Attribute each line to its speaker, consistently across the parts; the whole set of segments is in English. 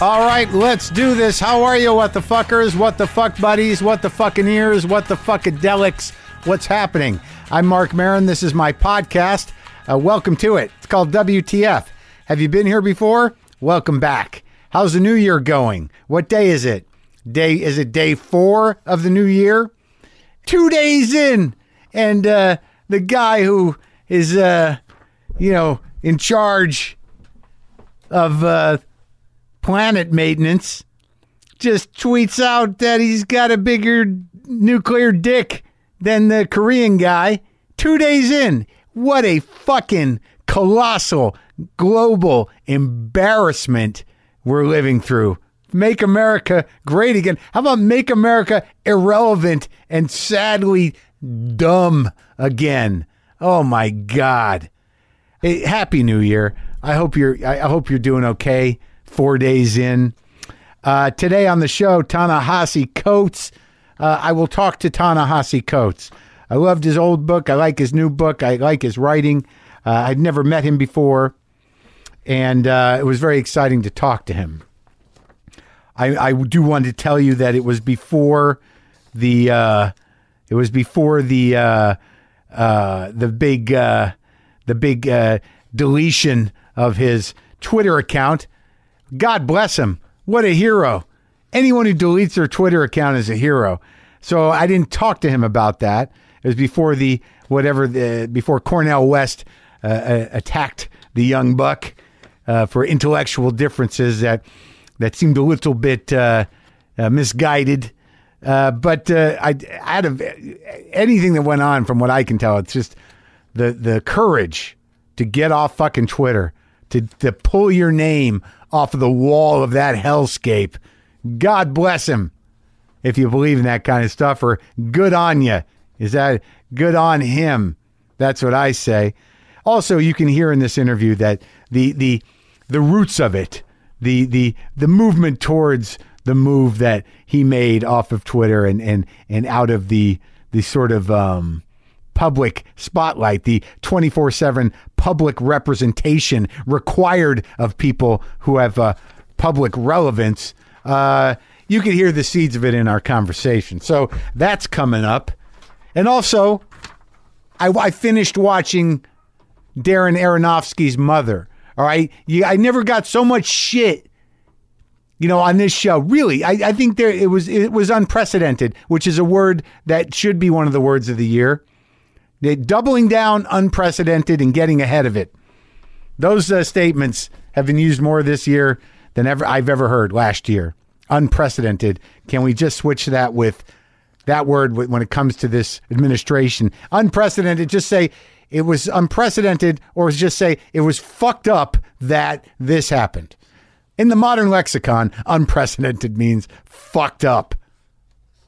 Speaker 1: All right, let's do this. How are you, what the fuckers? What the fuck buddies? What the fucking ears? What the fuckadelics? What's happening? I'm Mark Marin. This is my podcast. Uh, welcome to it. It's called WTF. Have you been here before? Welcome back. How's the new year going? What day is it? Day is it day four of the new year? two days in, and uh, the guy who is, uh, you know, in charge of uh, planet maintenance just tweets out that he's got a bigger nuclear dick than the Korean guy. Two days in, what a fucking colossal global embarrassment we're living through. Make America great again. How about make America irrelevant and sadly dumb again? Oh my God. Hey, happy New Year. I hope you're I I hope you're doing okay. Four days in. Uh, today on the show, Tanahasi Coates. Uh, I will talk to Tanahasi Coates. I loved his old book. I like his new book. I like his writing. Uh, I'd never met him before, and uh, it was very exciting to talk to him. I, I do want to tell you that it was before the uh, it was before the uh, uh, the big uh, the big uh, deletion of his Twitter account. God bless him. What a hero. Anyone who deletes their Twitter account is a hero. So I didn't talk to him about that. It was before the whatever the before Cornell West uh, uh, attacked the young buck uh, for intellectual differences that that seemed a little bit uh, uh, misguided. Uh, but uh, I, out of anything that went on, from what I can tell, it's just the the courage to get off fucking Twitter, to to pull your name off of the wall of that hellscape. God bless him if you believe in that kind of stuff, or good on you. Is that good on him? That's what I say. Also, you can hear in this interview that the the the roots of it, the the the movement towards the move that he made off of Twitter and and and out of the the sort of um, public spotlight, the 24 7 public representation required of people who have uh, public relevance. Uh, you can hear the seeds of it in our conversation. So that's coming up. And also, I, I finished watching Darren Aronofsky's mother. All right. You, I never got so much shit you know, on this show. Really, I, I think there it was it was unprecedented, which is a word that should be one of the words of the year. They doubling down, unprecedented, and getting ahead of it. Those uh, statements have been used more this year than ever I've ever heard last year. Unprecedented. Can we just switch that with that word wh- when it comes to this administration? Unprecedented. Just say it was unprecedented, or just say it was fucked up that this happened. In the modern lexicon, unprecedented means fucked up.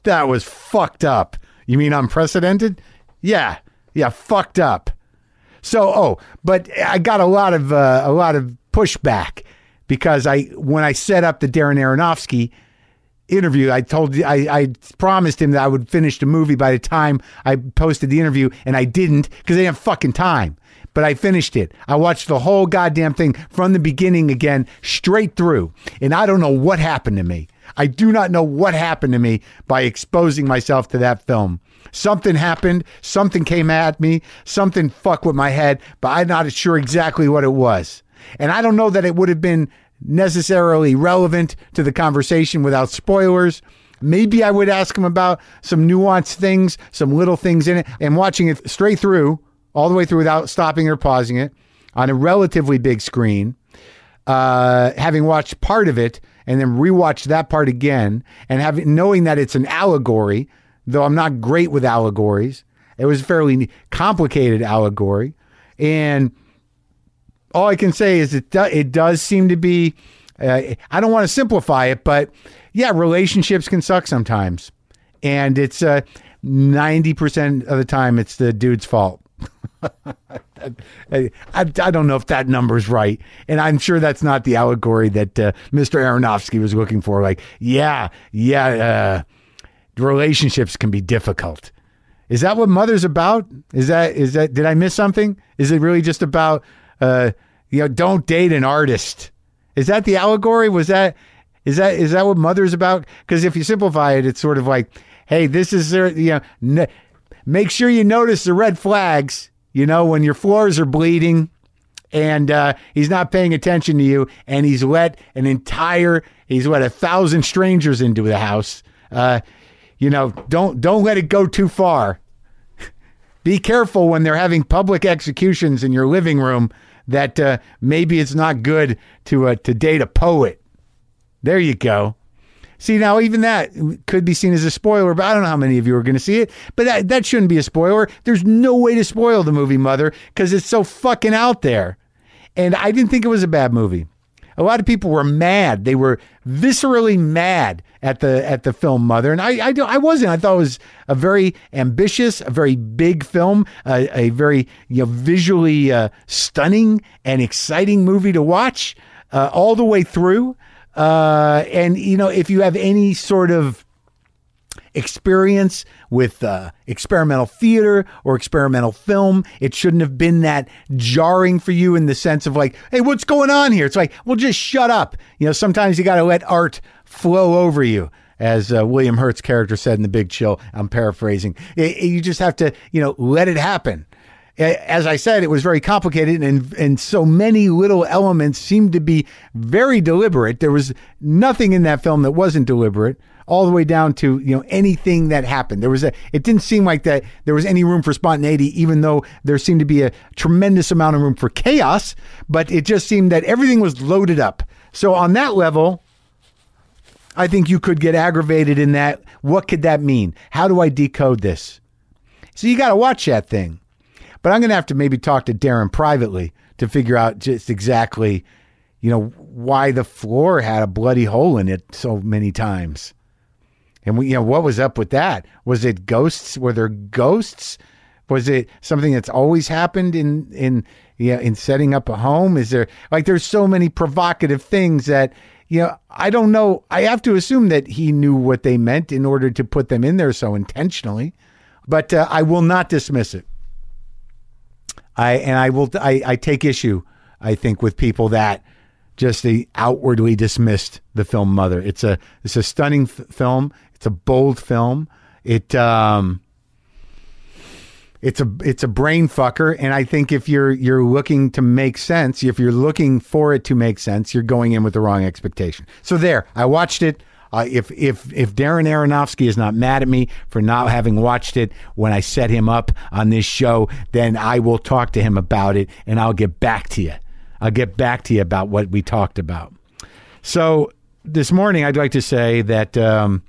Speaker 1: That was fucked up. You mean unprecedented? Yeah, yeah, fucked up. So, oh, but I got a lot of uh, a lot of pushback because I when I set up the Darren Aronofsky interview, I told I, I promised him that I would finish the movie by the time I posted the interview, and I didn't because I didn't have fucking time. But I finished it. I watched the whole goddamn thing from the beginning again, straight through, and I don't know what happened to me. I do not know what happened to me by exposing myself to that film. Something happened, something came at me, something fucked with my head, but I'm not sure exactly what it was. And I don't know that it would have been necessarily relevant to the conversation without spoilers. Maybe I would ask him about some nuanced things, some little things in it, and watching it straight through, all the way through without stopping or pausing it on a relatively big screen uh, having watched part of it and then rewatched that part again and having knowing that it's an allegory, though I'm not great with allegories, it was a fairly complicated allegory, and all I can say is it do, it does seem to be. Uh, I don't want to simplify it, but yeah, relationships can suck sometimes, and it's uh, ninety percent of the time it's the dude's fault. I, I I don't know if that number's right, and I'm sure that's not the allegory that uh, Mr. Aronofsky was looking for. Like, yeah, yeah, uh, relationships can be difficult. Is that what Mother's about? Is that is that did I miss something? Is it really just about uh, you know don't date an artist? Is that the allegory? Was that Is that is that what mother's about? Because if you simplify it, it's sort of like, hey, this is their you know. N- make sure you notice the red flags. You know when your floors are bleeding, and uh, he's not paying attention to you, and he's let an entire he's let a thousand strangers into the house. Uh, you know, don't don't let it go too far. Be careful when they're having public executions in your living room. That uh, maybe it's not good to uh, to date a poet. There you go. See now, even that could be seen as a spoiler, but I don't know how many of you are going to see it. But that, that shouldn't be a spoiler. There's no way to spoil the movie Mother because it's so fucking out there. And I didn't think it was a bad movie. A lot of people were mad. They were viscerally mad at the at the film Mother, and I I, don't- I wasn't. I thought it was a very ambitious, a very big film, a, a very you know visually uh, stunning and exciting movie to watch uh, all the way through. Uh, and you know, if you have any sort of experience with uh, experimental theater or experimental film. It shouldn't have been that jarring for you in the sense of like, hey, what's going on here? It's like, well, just shut up. You know, sometimes you got to let art flow over you. As uh, William Hurt's character said in The Big Chill, I'm paraphrasing. It- it- you just have to, you know, let it happen. A- As I said, it was very complicated, and and so many little elements seemed to be very deliberate. There was nothing in that film that wasn't deliberate, all the way down to you know anything that happened. There was a. It didn't seem like that there was any room for spontaneity, even though there seemed to be a tremendous amount of room for chaos. But it just seemed that everything was loaded up. So on that level, I think you could get aggravated in that. What could that mean? How do I decode this? So you got to watch that thing. But I'm going to have to maybe talk to Darren privately to figure out just exactly, you know, why the floor had a bloody hole in it so many times. And we, you know, what was up with that? Was it ghosts? Were there ghosts? Was it something that's always happened in in yeah in setting up a home? Is there like there's so many provocative things that you know I don't know. I have to assume that he knew what they meant in order to put them in there so intentionally. But uh, I will not dismiss it. I and I will I, I take issue I think with people that just they outwardly dismissed the film Mother. It's a it's a stunning f- film. It's a bold film. It um it's a it's a brain fucker and I think if you're you're looking to make sense, if you're looking for it to make sense, you're going in with the wrong expectation. So there, I watched it. Uh, if if if Darren Aronofsky is not mad at me for not having watched it when I set him up on this show, then I will talk to him about it and I'll get back to you. I'll get back to you about what we talked about. So this morning, I'd like to say that um,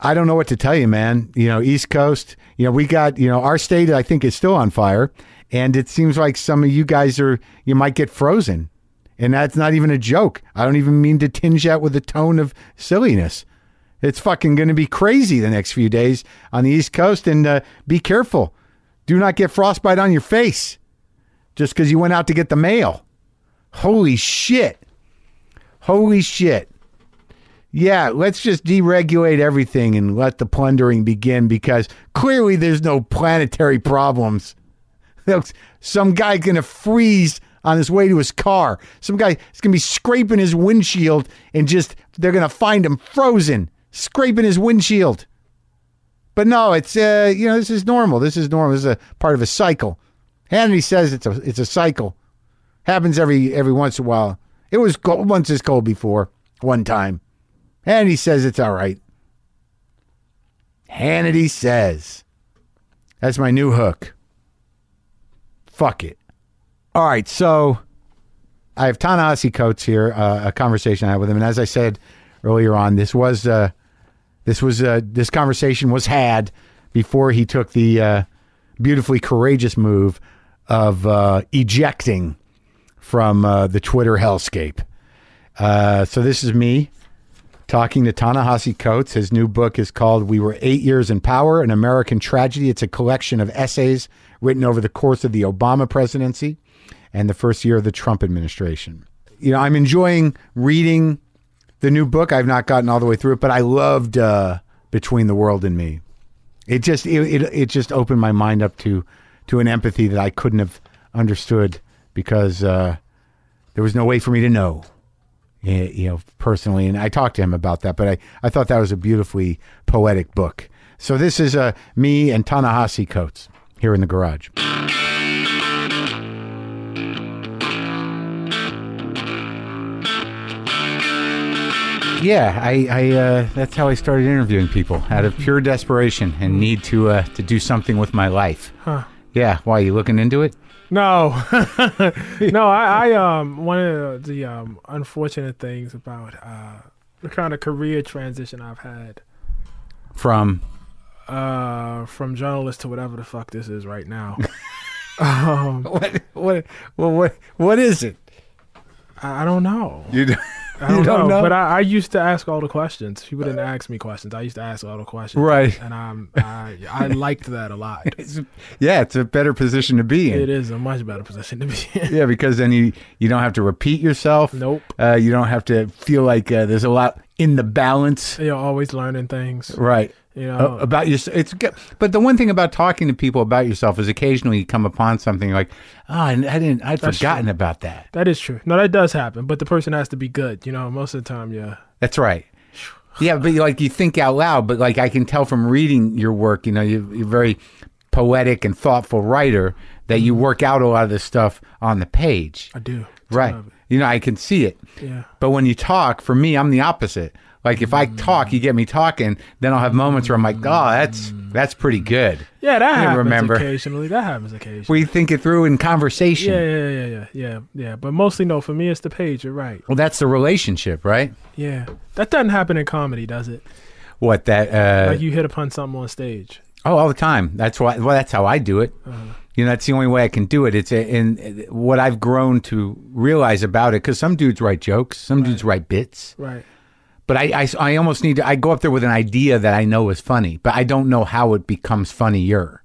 Speaker 1: I don't know what to tell you, man. You know, East Coast, you know, we got, you know, our state, I think, is still on fire. And it seems like some of you guys are, you might get frozen. And that's not even a joke. I don't even mean to tinge that with a tone of silliness. It's fucking going to be crazy the next few days on the East Coast. And uh, be careful. Do not get frostbite on your face just because you went out to get the mail. Holy shit. Holy shit. Yeah, let's just deregulate everything and let the plundering begin because clearly there's no planetary problems. Look, Some guy's going to freeze on his way to his car. Some guy is going to be scraping his windshield and just, they're going to find him frozen, scraping his windshield. But no, it's, uh, you know, this is normal. This is normal. This is a part of a cycle. Hannity says it's a, it's a cycle. Happens every, every once in a while. It was cold, once as cold before, one time. And he says it's all right. Hannity says. That's my new hook. Fuck it. All right, so I have Ta-Nehisi Coates here, uh, a conversation I had with him. And as I said earlier on, this was uh, this was uh, this conversation was had before he took the uh, beautifully courageous move of uh, ejecting from uh, the Twitter hellscape. Uh, so this is me talking to Ta-Nehisi Coates. His new book is called We Were Eight Years in Power, An American Tragedy. It's a collection of essays written over the course of the Obama presidency and the first year of the Trump administration. You know, I'm enjoying reading the new book. I've not gotten all the way through it, but I loved uh, Between the World and Me. It just it, it it just opened my mind up to to an empathy that I couldn't have understood because uh, there was no way for me to know eh, you know, personally. And I talked to him about that, but I, I thought that was a beautifully poetic book. So this is uh, me and Tanahasi Coates here in the garage. Yeah, I, I uh, that's how I started interviewing people out of pure desperation and need to uh, to do something with my life. Yeah, why you looking into it?
Speaker 2: No, no. I, I um one of the, the um unfortunate things about uh the kind of career transition I've had
Speaker 1: From
Speaker 2: uh from journalist to whatever the fuck this is right now. um,
Speaker 1: what what well, what what is it?
Speaker 2: I, I don't know.
Speaker 1: You don't,
Speaker 2: I don't, know, But I, I used to ask all the questions. People didn't ask me questions. I used to ask all the questions.
Speaker 1: Right.
Speaker 2: And I'm I I liked that a lot.
Speaker 1: It's a- yeah, it's a better position to be in.
Speaker 2: It is a much better position to be in.
Speaker 1: Yeah, because then you you don't have to repeat yourself.
Speaker 2: Nope.
Speaker 1: Uh, you don't have to feel like uh, there's a lot in the balance.
Speaker 2: You're always learning things.
Speaker 1: Right.
Speaker 2: You know.
Speaker 1: Uh, about your it's good. but the one thing about talking to people about yourself is occasionally you come upon something like oh I didn't I'd forgotten about that
Speaker 2: That is true. No, that does happen, but the person has to be good. You know, most of the time, yeah.
Speaker 1: that's right yeah but like you think out loud but like I can tell from reading your work you know you, you're a very poetic and thoughtful writer that
Speaker 2: Mm-hmm.
Speaker 1: you work out a lot of this stuff on the page
Speaker 2: I do.
Speaker 1: right you know I can see it
Speaker 2: Yeah.
Speaker 1: But when you talk, for me, I'm the opposite. Like if I talk, you get me talking, then I'll have moments where I'm like, oh, that's that's pretty good.
Speaker 2: Yeah, that happens
Speaker 1: remember.
Speaker 2: occasionally. That happens occasionally.
Speaker 1: We think it through in conversation.
Speaker 2: yeah, yeah, yeah, yeah, yeah, yeah. But mostly, no. For me, it's the page. You're right.
Speaker 1: Well, that's the relationship, right?
Speaker 2: Yeah, that doesn't happen in comedy, does it?
Speaker 1: What that? Uh,
Speaker 2: Like you hit upon something on stage.
Speaker 1: oh, all the time. That's why. Well, that's how I do it.
Speaker 2: Uh-huh.
Speaker 1: You know, that's the only way I can do it. It's a, in what I've grown to realize about it. Because some dudes write jokes, some dudes write bits,
Speaker 2: Right.
Speaker 1: but I, I I almost need to. I go up there with an idea that I know is funny, but I don't know how it becomes funnier.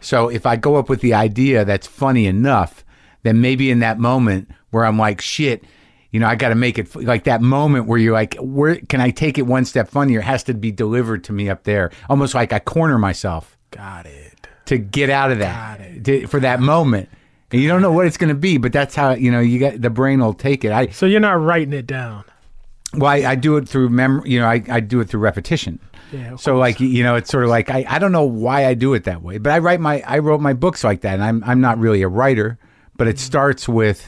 Speaker 1: So if I go up with the idea that's funny enough, then maybe in that moment where I'm like, shit, you know, I got to make it f- like that moment where you're like, where can I take it one step funnier? Has to be delivered to me up there, almost like I corner myself
Speaker 2: Got it.
Speaker 1: to get out of
Speaker 2: Got
Speaker 1: that
Speaker 2: it.
Speaker 1: to, for that moment. And you don't know what it's going to be, but that's how you know you got the brain will take it. I
Speaker 2: So you're not writing it down.
Speaker 1: well, I, I do it through memory. You know, I, I do it through repetition.
Speaker 2: Yeah.
Speaker 1: So like you know, it's sort of like I, I don't know why I do it that way, but I write my I wrote my books like that, and I'm I'm not really a writer, but it starts with,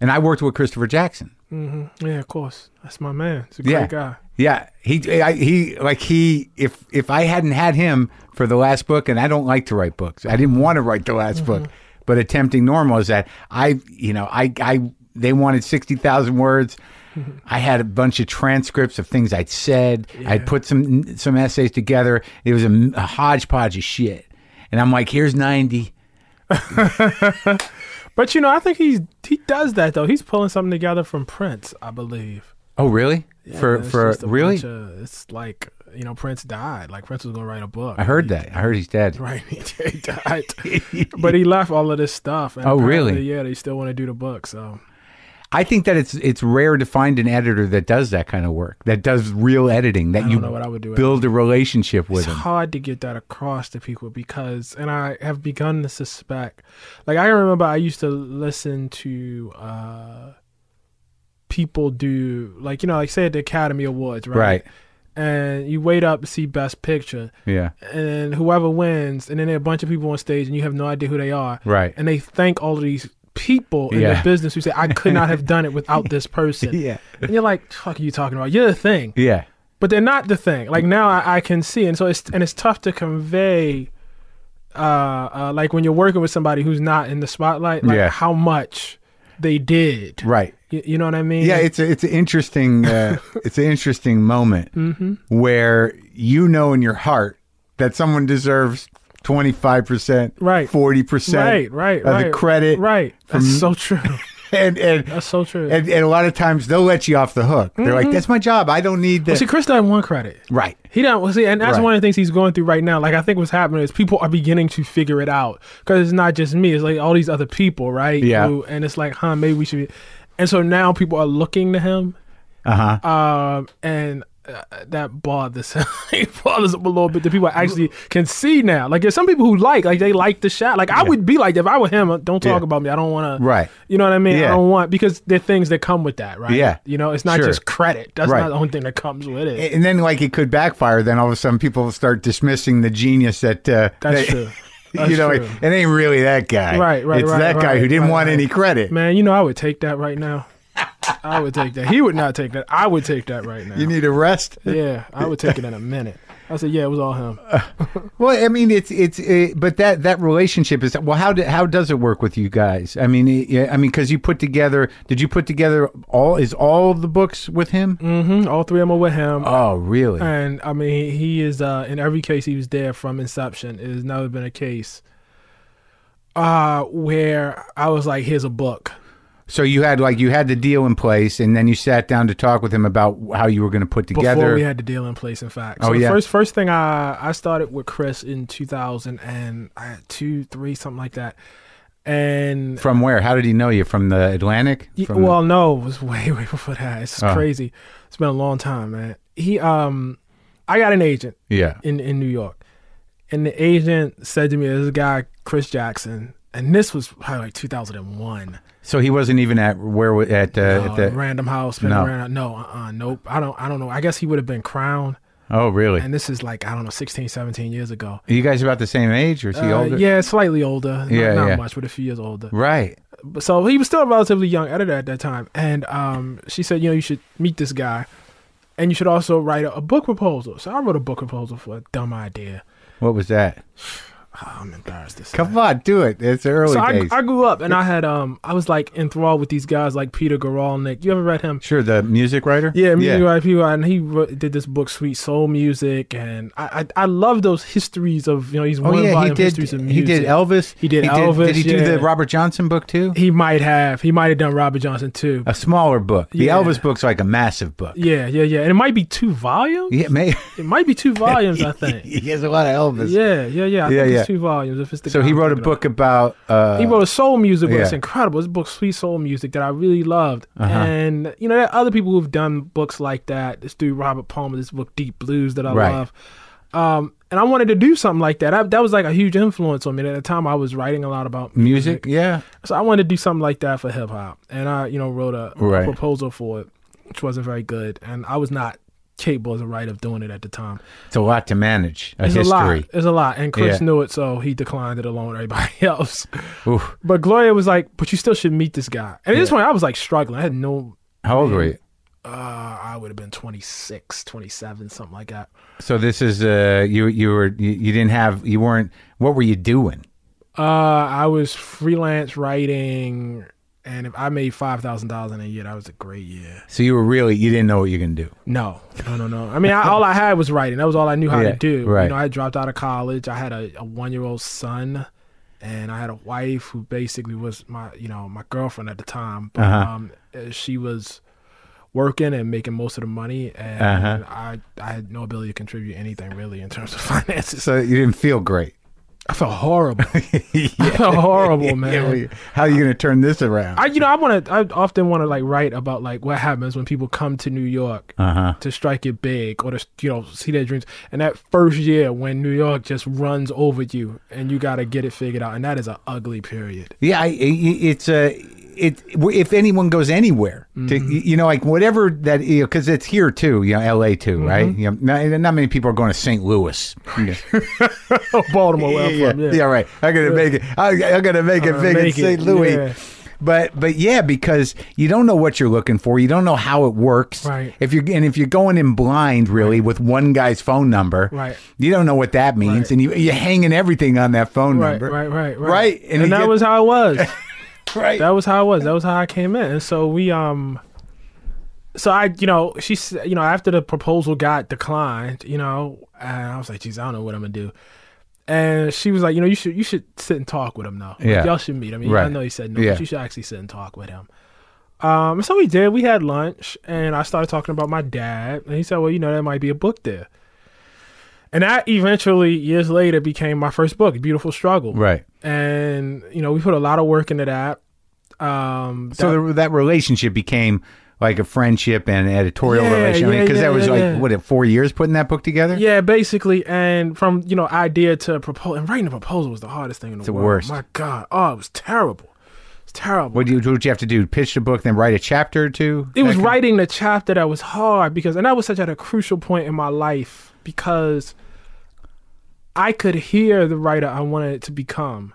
Speaker 1: and I worked with Christopher Jackson.
Speaker 2: Mm-hmm. Yeah, of course. That's my man. He's a great
Speaker 1: Yeah,
Speaker 2: guy.
Speaker 1: yeah. He I, he like he if if I hadn't had him for the last book, and I don't like to write books, I didn't want to write the last book,
Speaker 2: Mm-hmm.
Speaker 1: but attempting normal is that I you know I I they wanted sixty thousand words. I had a bunch of transcripts of things I'd said. I'd put some some essays together. It was a, a hodgepodge of shit, and I'm like, here's ninety.
Speaker 2: But you know, I think he's he does that though. He's pulling something together from Prince, I believe.
Speaker 1: Oh really?
Speaker 2: Yeah,
Speaker 1: for
Speaker 2: it's
Speaker 1: for
Speaker 2: just a
Speaker 1: really?
Speaker 2: bunch of- it's like you know, Prince died. Like Prince was gonna write a book.
Speaker 1: I heard that. I heard he's dead.
Speaker 2: Right, he, died, but he left all of this stuff. And
Speaker 1: Oh, really?
Speaker 2: apparently, Yeah, they still want to do the book. So
Speaker 1: I think that it's it's rare to find an editor that does that kind of work, that does real editing, that
Speaker 2: don't
Speaker 1: you
Speaker 2: know what I would do.
Speaker 1: build a relationship with
Speaker 2: it's
Speaker 1: them.
Speaker 2: hard to get that across to people because, and I have begun to suspect. Like I remember, I used to listen to uh people do like you know, like say at the Academy Awards, right?
Speaker 1: Right.
Speaker 2: And you wait up to see Best Picture.
Speaker 1: Yeah.
Speaker 2: and whoever wins, and then there are a bunch of people on stage, and you have no idea who they are.
Speaker 1: Right.
Speaker 2: And they thank all of these people in
Speaker 1: Yeah.
Speaker 2: the business who say, "I could not have done it without this person."
Speaker 1: Yeah.
Speaker 2: And you're like, "Fuck, are you talking about? You're the thing,"
Speaker 1: Yeah.
Speaker 2: but they're not the thing. Like now, I, I can see, and so it's and it's tough to convey. Uh, uh, like when you're working with somebody who's not in the spotlight, like
Speaker 1: Yeah.
Speaker 2: how much they did.
Speaker 1: Right.
Speaker 2: You, you know what I mean?
Speaker 1: Yeah, it's a, it's an interesting uh, it's an interesting moment
Speaker 2: Mm-hmm.
Speaker 1: where you know in your heart that someone deserves twenty five percent,
Speaker 2: Right.
Speaker 1: forty percent,
Speaker 2: right, right,
Speaker 1: of
Speaker 2: right.
Speaker 1: the credit,
Speaker 2: right. That's so true.
Speaker 1: and and,
Speaker 2: That's so true.
Speaker 1: and and a lot of times they'll let you off the hook. They're like, "That's my job. I don't need
Speaker 2: well,
Speaker 1: this."
Speaker 2: see, Chris doesn't want credit.
Speaker 1: right.
Speaker 2: He don't well, see, and that's
Speaker 1: Right.
Speaker 2: one of the things he's going through right now. Like I think what's happening is people are beginning to figure it out because it's not just me; it's like all these other people, right?
Speaker 1: Yeah.
Speaker 2: Who- and it's like, huh, maybe we should. be... And so now people are looking to him,
Speaker 1: Uh huh.
Speaker 2: um, and uh, that bothers it bothers up a little bit that people actually can see now. Like there's some people who like like they like the shot. Like I would be like if I were him, uh, don't talk
Speaker 1: Yeah.
Speaker 2: about me. I don't want to.
Speaker 1: Right.
Speaker 2: You know what I mean? I
Speaker 1: Yeah.
Speaker 2: don't want because there are things that come with that, right?
Speaker 1: Yeah.
Speaker 2: You know, it's not
Speaker 1: Sure.
Speaker 2: just credit. That's
Speaker 1: Right.
Speaker 2: not the only thing that comes with it.
Speaker 1: And then, like, it could backfire. Then all of a sudden, people start dismissing the genius that. Uh,
Speaker 2: That's
Speaker 1: that-
Speaker 2: true. That's
Speaker 1: you know,
Speaker 2: true.
Speaker 1: It, it ain't really that guy.
Speaker 2: Right, right,
Speaker 1: It's
Speaker 2: right,
Speaker 1: that guy
Speaker 2: right,
Speaker 1: who didn't
Speaker 2: right,
Speaker 1: want
Speaker 2: right.
Speaker 1: any credit.
Speaker 2: Man, you know I would take that right now. I would take that. He would not take that. I would take that right now.
Speaker 1: You need a rest.
Speaker 2: yeah, I would take it in a minute. I said, yeah, it was all him.
Speaker 1: Well, I mean, it's it's, it, but that that relationship is well. How do, how does it work with you guys? I mean, it- yeah, I mean, because you put together. Did you put together all? Is all of the books with him?
Speaker 2: hmm all three of them were with him.
Speaker 1: Oh, really?
Speaker 2: And I mean, he is uh, in every case he was there from inception. It has never been a case uh, where I was like, "Here's a book."
Speaker 1: So you had like you had the deal in place, and then you sat down to talk with him about how you were going to put
Speaker 2: Before
Speaker 1: together.
Speaker 2: we had the deal in place, in fact.
Speaker 1: Oh,
Speaker 2: the
Speaker 1: yeah.
Speaker 2: First, first thing I I started with Chris in two thousand and uh, two, three, something like that. And
Speaker 1: from where? How did he know you? From the Atlantic?
Speaker 2: Y-
Speaker 1: From-
Speaker 2: well, no, it was way, way before that. It's
Speaker 1: Uh.
Speaker 2: crazy. It's been a long time, man. He, um, I got an agent
Speaker 1: yeah.
Speaker 2: in in New York, and the agent said to me, "This guy, Chris Jackson." And this was probably like 2001.
Speaker 1: So he wasn't even at where we- at uh,
Speaker 2: Uh,
Speaker 1: at the.
Speaker 2: Random House, been
Speaker 1: No.
Speaker 2: around. No, uh-uh, nope. I don't. I don't know. I guess he would have been Crown.
Speaker 1: Oh, really?
Speaker 2: And this is like I don't know, 16, 17 years ago.
Speaker 1: Are you guys about the same age, or is he
Speaker 2: Uh,
Speaker 1: older?
Speaker 2: yeah, slightly older. Not,
Speaker 1: Yeah,
Speaker 2: not
Speaker 1: yeah.
Speaker 2: much, but a few years older.
Speaker 1: Right.
Speaker 2: But so he was still a relatively young editor at that time, and um, she said, you know, you should meet this guy, and you should also write a, a book proposal. So I wrote a book proposal for a dumb idea.
Speaker 1: What was that?
Speaker 2: Oh, I'm embarrassed. To say.
Speaker 1: Come on, do it. It's early
Speaker 2: So I,
Speaker 1: days.
Speaker 2: I grew up, and I had um, I was like enthralled with these guys like Peter Goralnick. You ever read him?
Speaker 1: sure, the music writer.
Speaker 2: Yeah, music yeah. and uh, he wrote, did this book, Sweet Soul Music, and I I, I love those histories of you know these one
Speaker 1: Oh yeah, he
Speaker 2: volume
Speaker 1: did.
Speaker 2: histories of
Speaker 1: He
Speaker 2: music.
Speaker 1: did Elvis.
Speaker 2: He did Elvis,
Speaker 1: Did, he do the
Speaker 2: yeah.
Speaker 1: Robert Johnson book too?
Speaker 2: he might have, he might have done Robert Johnson too.
Speaker 1: A smaller book. The
Speaker 2: Yeah.
Speaker 1: Elvis book's like a massive book.
Speaker 2: Yeah, yeah, yeah, and it might be two volumes.
Speaker 1: Yeah, may,
Speaker 2: It might be two volumes, I think.
Speaker 1: he has a lot of Elvis.
Speaker 2: Yeah, yeah, yeah. I
Speaker 1: Yeah,
Speaker 2: think
Speaker 1: yeah.
Speaker 2: it's two volumes. If it's the
Speaker 1: So
Speaker 2: guy
Speaker 1: he
Speaker 2: I'm
Speaker 1: wrote a
Speaker 2: thinking
Speaker 1: book about. Uh,
Speaker 2: of. He wrote a soul music book. It's
Speaker 1: yeah.
Speaker 2: incredible. It's a book, sweet soul music, that I really loved.
Speaker 1: Uh-huh.
Speaker 2: And you know, there are other people who've done books like that. This dude Robert Palmer, this book Deep Blues that I
Speaker 1: Right.
Speaker 2: love. Um, and I wanted to do something like that. I, that was like a huge influence on me. At the time, I was writing a lot about
Speaker 1: music. Yeah.
Speaker 2: so I wanted to do something like that for hip hop, and I, you know, wrote a
Speaker 1: Right.
Speaker 2: proposal for it, which wasn't very good, and I was not capable as a writer of doing it at the time.
Speaker 1: It's a lot to manage. A
Speaker 2: It's
Speaker 1: history.
Speaker 2: a lot. It's a lot. And Chris
Speaker 1: Yeah.
Speaker 2: knew it, so he declined it along with everybody else.
Speaker 1: Oof.
Speaker 2: But Gloria was like, "But you still should meet this guy." And at this point, I was like struggling. I had no.
Speaker 1: How old were you?
Speaker 2: Uh, I would have been 26, 27, something like that.
Speaker 1: So this is uh, you. You were you, you didn't have you weren't. What were you doing?
Speaker 2: Uh, I was freelance writing, and if I made five thousand dollars in a year, that was a great year.
Speaker 1: So you were really you didn't know what you can do.
Speaker 2: No, no, no, no. I mean, I, all I had was writing. That was all I knew how
Speaker 1: Yeah,
Speaker 2: to do.
Speaker 1: right.
Speaker 2: You know, I dropped out of college. I had a, a one year old son, and I had a wife who basically was my, you know, my girlfriend at the time. But
Speaker 1: Uh-huh.
Speaker 2: um, uh, she was working and making most of the money, and
Speaker 1: Uh-huh.
Speaker 2: I, I had no ability to contribute anything really in terms of finances.
Speaker 1: So you didn't feel great.
Speaker 2: I felt horrible.
Speaker 1: yeah.
Speaker 2: I felt horrible,
Speaker 1: Yeah,
Speaker 2: Oh, man.
Speaker 1: well, you- How are you going to turn this around?
Speaker 2: I, you know, I want to. I often want to like write about like what happens when people come to New York
Speaker 1: Uh huh.
Speaker 2: to strike it big or to you know see their dreams. And that first year when New York just runs over you and you got to get it figured out, and that is an ugly period.
Speaker 1: Yeah, I, i it's a. It if anyone goes anywhere to
Speaker 2: Mm-hmm.
Speaker 1: you know like whatever that you know because it's here too you know L.A. too
Speaker 2: Mm-hmm.
Speaker 1: right you know not, not many people are going to St. Louis you know.
Speaker 2: Oh, Baltimore, where I'm from, yeah.
Speaker 1: yeah, right. I'm gonna make it. I'm, I'm gonna make it
Speaker 2: I'm
Speaker 1: big in
Speaker 2: make it,
Speaker 1: St. Louis.
Speaker 2: yeah.
Speaker 1: But but yeah, because you don't know what you're looking for. You don't know how it works.
Speaker 2: Right.
Speaker 1: If you're and if you're going in blind, really, with one guy's phone number,
Speaker 2: Right.
Speaker 1: You don't know what that means,
Speaker 2: Right.
Speaker 1: and you you're hanging everything on that phone
Speaker 2: Right,
Speaker 1: number.
Speaker 2: right, right, right,
Speaker 1: Right, and
Speaker 2: And,
Speaker 1: it
Speaker 2: that
Speaker 1: get-
Speaker 2: was how it was.
Speaker 1: Right.
Speaker 2: that was how it was. That was how I came in. And so we, um, so I, you know, she, s- you know, after the proposal got declined, you know, and I was like, geez, I don't know what I'm gonna do. And she was like, you know, you should, you should sit and talk with him now. Like,
Speaker 1: Yeah.
Speaker 2: y'all should meet. I mean, I
Speaker 1: Right.
Speaker 2: know he said no,
Speaker 1: Yeah.
Speaker 2: but you should actually sit and talk with him. Um, so we did. We had lunch, and I started talking about my dad, and he said, well, you know, there might be a book there. And that eventually, years later, became my first book, Beautiful Struggle
Speaker 1: Right.
Speaker 2: and you know we put a lot of work into that. Um,
Speaker 1: So
Speaker 2: that-
Speaker 1: the, that relationship became like a friendship and editorial
Speaker 2: Yeah,
Speaker 1: relation
Speaker 2: yeah,
Speaker 1: because
Speaker 2: yeah,
Speaker 1: that was
Speaker 2: yeah,
Speaker 1: like
Speaker 2: yeah.
Speaker 1: what it four years putting that book together.
Speaker 2: Yeah, basically, and from you know idea to proposal, and writing a proposal was the hardest thing in the
Speaker 1: the
Speaker 2: world.
Speaker 1: worst.
Speaker 2: My God, oh, it was terrible. It's terrible.
Speaker 1: What do you what you have to do? Pitch the book, then write a chapter or two.
Speaker 2: it was
Speaker 1: That-
Speaker 2: writing the chapter that was hard because, and I was such at a crucial point in my life because I could hear the writer I wanted it to become,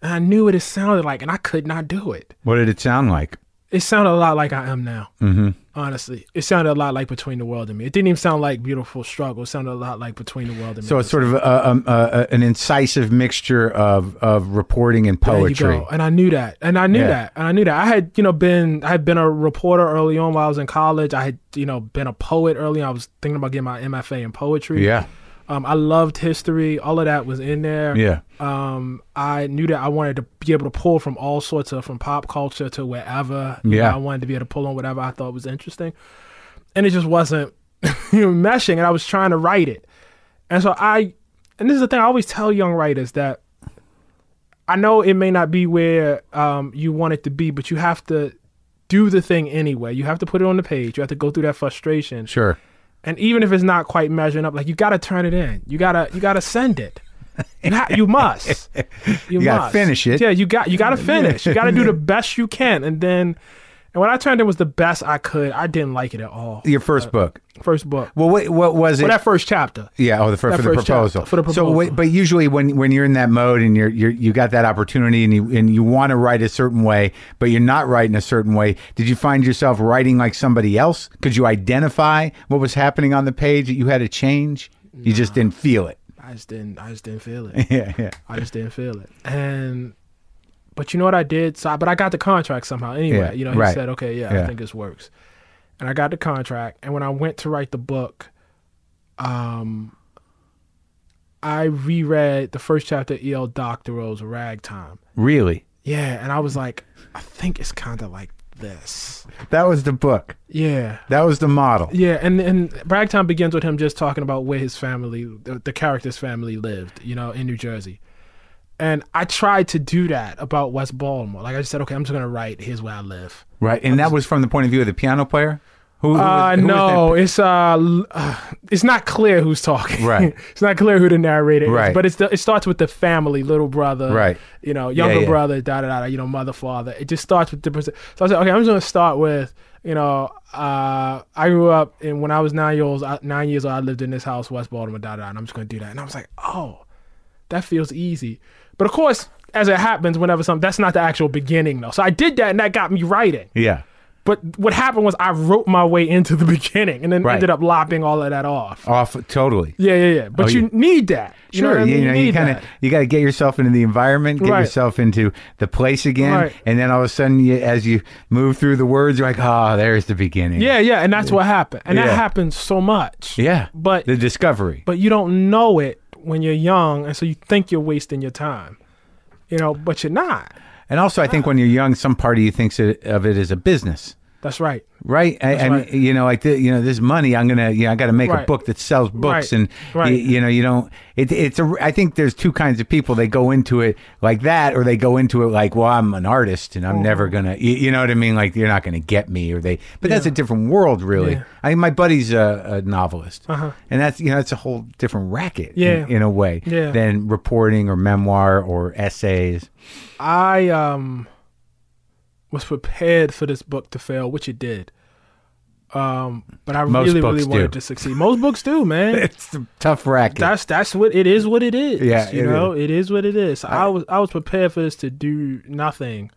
Speaker 2: and I knew what it sounded like, and I could not do it.
Speaker 1: What did it sound like?
Speaker 2: It sounded a lot like I am now.
Speaker 1: Mm-hmm.
Speaker 2: Honestly, it sounded a lot like Between the World and Me. It didn't even sound like Beautiful Struggle. It sounded a lot like Between the World and Me.
Speaker 1: So it's sort of a, um, uh an incisive mixture of of reporting and
Speaker 2: There
Speaker 1: poetry.
Speaker 2: you go. And I knew that. And I knew
Speaker 1: Yeah.
Speaker 2: that. And I knew that. I had, you know, been I had been a reporter early on while I was in college. I had, you know, been a poet early on. I was thinking about getting my MFA in poetry.
Speaker 1: Yeah,
Speaker 2: Um, I loved history. All of that was in there.
Speaker 1: yeah,
Speaker 2: Um, I knew that I wanted to be able to pull from all sorts of from pop culture to wherever. You
Speaker 1: Yeah.
Speaker 2: know, I wanted to be able to pull on whatever I thought was interesting. And it just wasn't meshing and I was trying to write it. And so I and this is the thing I always tell young writers that I know it may not be where um, you want it to be, but you have to do the thing anyway. You have to put it on the page. You have to go through that frustration
Speaker 1: sure.
Speaker 2: and even if it's not quite measuring up like you gotta turn it in you gotta you gotta send it you, ha- you must you,
Speaker 1: gotta
Speaker 2: must
Speaker 1: finish it.
Speaker 2: yeah you got you gotta finish you gotta do the best you can and then and when i turned in was the best i could i didn't like it at all
Speaker 1: Your first book.
Speaker 2: first book
Speaker 1: Well, what what was it?
Speaker 2: but that first chapter
Speaker 1: Yeah, oh, the, for,
Speaker 2: That
Speaker 1: for the
Speaker 2: first
Speaker 1: proposal.
Speaker 2: chapter, for the
Speaker 1: So,
Speaker 2: proposal.
Speaker 1: wait, but usually when, when you're in that mode and you're, you're you got that opportunity and you and you want to write a certain way, but you're not writing a certain way, did you find yourself writing like somebody else? Could you identify what was happening on the page that you had to change? You just didn't feel it.
Speaker 2: i just didn't i just didn't feel it
Speaker 1: Yeah, yeah.
Speaker 2: i just didn't feel it and but you know what i did so I, but i got the contract somehow anyway
Speaker 1: Yeah,
Speaker 2: you know he
Speaker 1: right.
Speaker 2: said okay yeah,
Speaker 1: Yeah.
Speaker 2: i think this works and i got the contract and when i went to write the book um i reread the first chapter of E el doctorow's ragtime
Speaker 1: Really,
Speaker 2: yeah and i was like i think it's kind of like this
Speaker 1: that was the book.
Speaker 2: yeah
Speaker 1: That was the model.
Speaker 2: yeah, and and Ragtime begins with him just talking about where his family, the, the character's family, lived, you know, in New Jersey. And I tried to do that about West Baltimore. Like I just said, okay, I'm just gonna write. Here's where I live.
Speaker 1: Right, and that was from the point of view of the piano player. Who? who
Speaker 2: Uh,
Speaker 1: was- who was that-
Speaker 2: no, it's uh, l- uh, it's not clear who's talking.
Speaker 1: Right.
Speaker 2: it's not clear who the narrator
Speaker 1: Right.
Speaker 2: is. But it's the, it starts with the family, little brother.
Speaker 1: Right.
Speaker 2: You know, younger
Speaker 1: yeah.
Speaker 2: brother, da da da. You know, mother, father. It just starts with the person. So I said, okay, I'm just gonna start with you know, uh, I grew up and when I was nine years old, nine years old, I lived in this house, West Baltimore, da da. da, And I'm just gonna do that. And I was like, oh, that feels easy. But of course, as it happens, whenever something that's not the actual beginning though. So I did that, and that got me writing.
Speaker 1: Yeah.
Speaker 2: But what happened was I wrote my way into the beginning and then
Speaker 1: Right.
Speaker 2: ended up lopping all of that off.
Speaker 1: Off totally.
Speaker 2: Yeah, yeah, yeah. But
Speaker 1: Oh,
Speaker 2: you
Speaker 1: yeah.
Speaker 2: need that. You know
Speaker 1: Sure,
Speaker 2: what I mean?
Speaker 1: you know, you
Speaker 2: need
Speaker 1: kind of
Speaker 2: that.
Speaker 1: you got to get yourself into the environment, get
Speaker 2: Right.
Speaker 1: yourself into the place again,
Speaker 2: Right.
Speaker 1: and then all of a sudden, you, as you move through the words, you're like, ah, there's the beginning.
Speaker 2: Yeah, yeah, and that's what happened. And
Speaker 1: Yeah.
Speaker 2: that happens so much.
Speaker 1: yeah,
Speaker 2: But
Speaker 1: the discovery.
Speaker 2: but you don't know it when you're young and so you think you're wasting your time. You know, but you're not.
Speaker 1: And also, I think when you're young, some part of you thinks it, of it as a business,
Speaker 2: That's right.
Speaker 1: right? I, and
Speaker 2: right.
Speaker 1: you know, like the, you know, this money, I'm gonna, you know, I got to make a
Speaker 2: Right.
Speaker 1: book that sells books,
Speaker 2: Right.
Speaker 1: and y-
Speaker 2: Right.
Speaker 1: you know, you don't. It, it's a. I think there's two kinds of people. They go into it like that, or they go into it like, well, I'm an artist, and I'm never
Speaker 2: Mm.
Speaker 1: gonna, you, you know what I mean? Like you're not gonna get me, or they. But that's a different world, really.
Speaker 2: Yeah.
Speaker 1: I mean, my buddy's a, a novelist,
Speaker 2: Uh-huh.
Speaker 1: and that's you know, that's a whole different racket, in-
Speaker 2: Yeah.
Speaker 1: in, a way,
Speaker 2: Yeah.
Speaker 1: than reporting or memoir or essays.
Speaker 2: I um was prepared for this book to fail, which it did. Um, but I
Speaker 1: Most
Speaker 2: really, really
Speaker 1: books do.
Speaker 2: wanted to succeed. Most books do, man.
Speaker 1: It's a tough racket.
Speaker 2: That's that's what it is. What it is.
Speaker 1: Yeah,
Speaker 2: you
Speaker 1: it
Speaker 2: know, it is what it is. So I, was I was prepared for this to do nothing.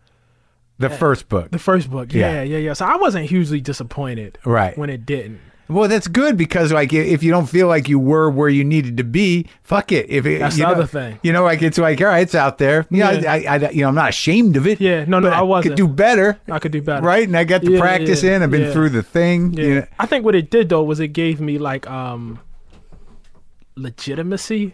Speaker 1: the first book,
Speaker 2: The first book,
Speaker 1: Yeah.
Speaker 2: yeah, yeah, yeah. So I wasn't hugely disappointed,
Speaker 1: right?
Speaker 2: when it didn't.
Speaker 1: Well, that's good because like i- if you don't feel like you were where you needed to be, fuck it. If it,
Speaker 2: That's
Speaker 1: you
Speaker 2: the
Speaker 1: know,
Speaker 2: other thing.
Speaker 1: you know, like it's like all right, it's out there. You know,
Speaker 2: Yeah.
Speaker 1: I, I, I, you know, I'm not ashamed of it.
Speaker 2: Yeah, no, no,
Speaker 1: but
Speaker 2: I wasn't.
Speaker 1: Could do better,
Speaker 2: I could do better,
Speaker 1: right? And I got the
Speaker 2: Yeah,
Speaker 1: practice
Speaker 2: yeah,
Speaker 1: in. I've been
Speaker 2: yeah.
Speaker 1: through the thing.
Speaker 2: Yeah.
Speaker 1: you know.
Speaker 2: I think what it did though was it gave me like um legitimacy.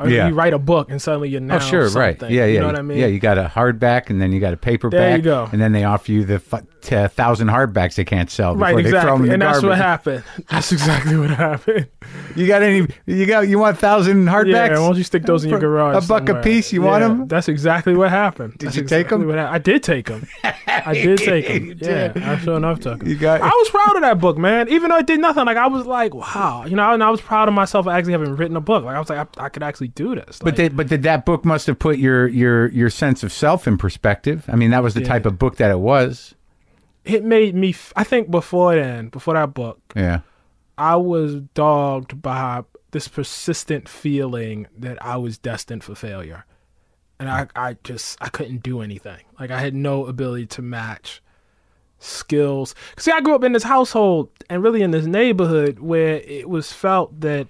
Speaker 2: Or
Speaker 1: Yeah.
Speaker 2: you write a book and suddenly you're now
Speaker 1: Oh, sure, right.
Speaker 2: something.
Speaker 1: Yeah, yeah.
Speaker 2: You know what I mean?
Speaker 1: Yeah, you got a hardback and then you got a paperback.
Speaker 2: you go.
Speaker 1: And then they offer you the f- t- uh, thousand hardbacks they can't sell before
Speaker 2: right,
Speaker 1: they throw them in
Speaker 2: exactly.
Speaker 1: the
Speaker 2: And that's what
Speaker 1: garbage.
Speaker 2: happened. That's exactly what happened.
Speaker 1: You got any? You got? You want thousand hardbacks?
Speaker 2: Yeah, why don't you stick those in your
Speaker 1: For
Speaker 2: garage?
Speaker 1: a buck a
Speaker 2: somewhere?
Speaker 1: piece, you want
Speaker 2: Yeah,
Speaker 1: 'em?
Speaker 2: That's exactly what happened. Did
Speaker 1: you take 'em?
Speaker 2: I did take them. I did take them. yeah,
Speaker 1: did.
Speaker 2: I sure enough took 'em.
Speaker 1: You got-
Speaker 2: I was proud of that book, man. Even though it did nothing, like I was like, wow, you know, and I was proud of myself for actually having written a book. Like I was like, I, I could actually do this.
Speaker 1: But
Speaker 2: Like,
Speaker 1: they, but did that book must have put your your your sense of self in perspective. I mean, that was the
Speaker 2: Yeah.
Speaker 1: type of book that it was.
Speaker 2: it made me. F- I think before then, before that book,
Speaker 1: Yeah.
Speaker 2: I was dogged by this persistent feeling that I was destined for failure. And I, I just I couldn't do anything. Like I had no ability to match skills. 'Cause See, I grew up in this household and really in this neighborhood where it was felt that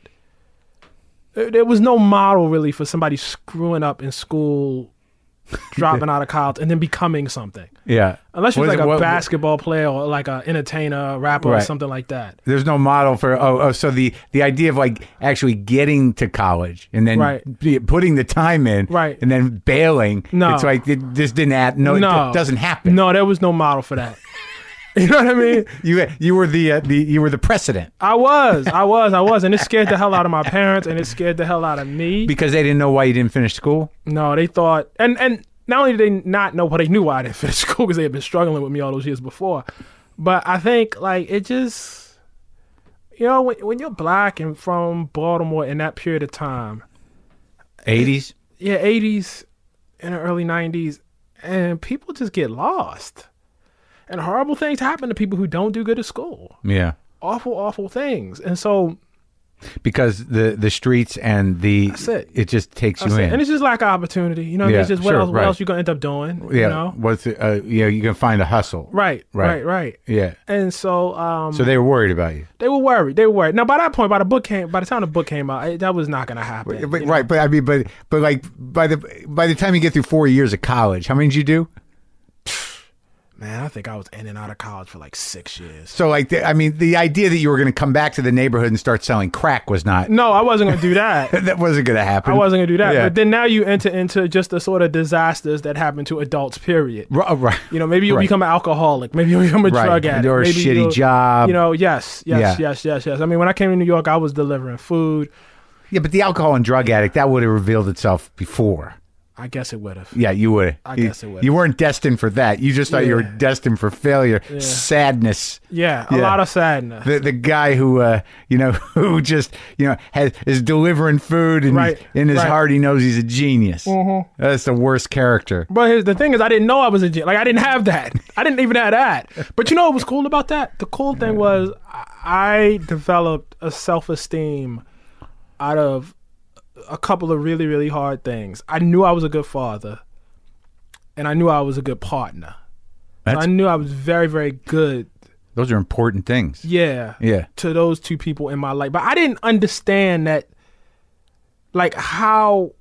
Speaker 2: there there was no model really for somebody screwing up in school, dropping out of college, and then becoming something.
Speaker 1: Yeah.
Speaker 2: Unless you're
Speaker 1: Was
Speaker 2: like
Speaker 1: it-
Speaker 2: a
Speaker 1: what-
Speaker 2: basketball player or like a entertainer, rapper, or
Speaker 1: Right.
Speaker 2: something like that.
Speaker 1: There's no model for oh, oh so the the idea of like actually getting to college and then
Speaker 2: Right.
Speaker 1: be- putting the time in
Speaker 2: Right.
Speaker 1: and then bailing
Speaker 2: No.
Speaker 1: it's like it just didn't happen no,
Speaker 2: no,
Speaker 1: it doesn't happen
Speaker 2: No, there was no model for that. you know what I mean?
Speaker 1: you you were the uh, the you were the precedent
Speaker 2: I was, I was, I was, and it scared the hell out of my parents, and it scared the hell out of me.
Speaker 1: because they didn't know why you didn't finish school
Speaker 2: no, they thought, and and not only did they not know, but they knew why I didn't finish school because they had been struggling with me all those years before. But I think like it just, you know, when when you're black and from Baltimore in that period of time,
Speaker 1: 80s
Speaker 2: yeah, eighties and early nineties, and people just get lost, and horrible things happen to people who don't do good at school.
Speaker 1: yeah
Speaker 2: awful, awful things. And so,
Speaker 1: because the the streets and the
Speaker 2: That's it.
Speaker 1: just takes
Speaker 2: I
Speaker 1: you
Speaker 2: said,
Speaker 1: in
Speaker 2: and it's just lack of opportunity. You know, what I mean?
Speaker 1: Yeah,
Speaker 2: it's just what
Speaker 1: sure,
Speaker 2: else? What
Speaker 1: right.
Speaker 2: else you gonna end up doing?
Speaker 1: yeah
Speaker 2: You know,
Speaker 1: what's the, uh, you know you can find a hustle
Speaker 2: right, right,
Speaker 1: Right.
Speaker 2: right.
Speaker 1: yeah
Speaker 2: And so, um,
Speaker 1: so they were worried about you
Speaker 2: they were worried. They were worried. Now, by that point, by the book came, by the time the book came out, it, that was not gonna happen.
Speaker 1: but,
Speaker 2: you know?
Speaker 1: right but I mean but but like by the by the time you get through four years of college how many did you do
Speaker 2: man, I think I was in and out of college for like six years.
Speaker 1: So, like, the, I mean, the idea that you were going to come back to the neighborhood and start selling crack was not.
Speaker 2: No, I wasn't gonna do that.
Speaker 1: That wasn't going to happen.
Speaker 2: I wasn't gonna do that.
Speaker 1: Yeah.
Speaker 2: But then now you enter into just the sort of disasters that happen to adults. Period.
Speaker 1: Ru- oh, right.
Speaker 2: You know, maybe you'll
Speaker 1: Right.
Speaker 2: become an alcoholic. Maybe you'll become a
Speaker 1: Right.
Speaker 2: drug addict.
Speaker 1: Or a
Speaker 2: maybe
Speaker 1: shitty
Speaker 2: you'll-
Speaker 1: job.
Speaker 2: You know, yes, yes,
Speaker 1: Yeah.
Speaker 2: yes, yes, yes. I mean, when I came to New York, I was delivering food.
Speaker 1: Yeah, but the alcohol and drug addict that would have revealed itself before.
Speaker 2: I guess it would have.
Speaker 1: Yeah, you would.
Speaker 2: I
Speaker 1: you,
Speaker 2: guess it would've.
Speaker 1: You weren't destined for that. You just thought you were
Speaker 2: Yeah.
Speaker 1: destined for failure,
Speaker 2: Yeah.
Speaker 1: sadness.
Speaker 2: Yeah, a
Speaker 1: Yeah.
Speaker 2: lot of sadness.
Speaker 1: The, the guy who uh, you know who just you know has is delivering food and
Speaker 2: Right.
Speaker 1: in his
Speaker 2: Right. Mm-hmm.
Speaker 1: heart he knows he's a genius. That's the worst character.
Speaker 2: But here's the thing is, I didn't know I was a genius. Like, I didn't have that. I didn't even have that. But you know what was cool about that? The cool thing was I I developed a self-esteem out of a couple of really, really hard things. I knew I was a good father, and I knew I was a good partner. So
Speaker 1: That's-
Speaker 2: I knew I was very, very good.
Speaker 1: Those are important things.
Speaker 2: Yeah.
Speaker 1: Yeah,
Speaker 2: to those two people in my life. But I didn't understand that, like, how.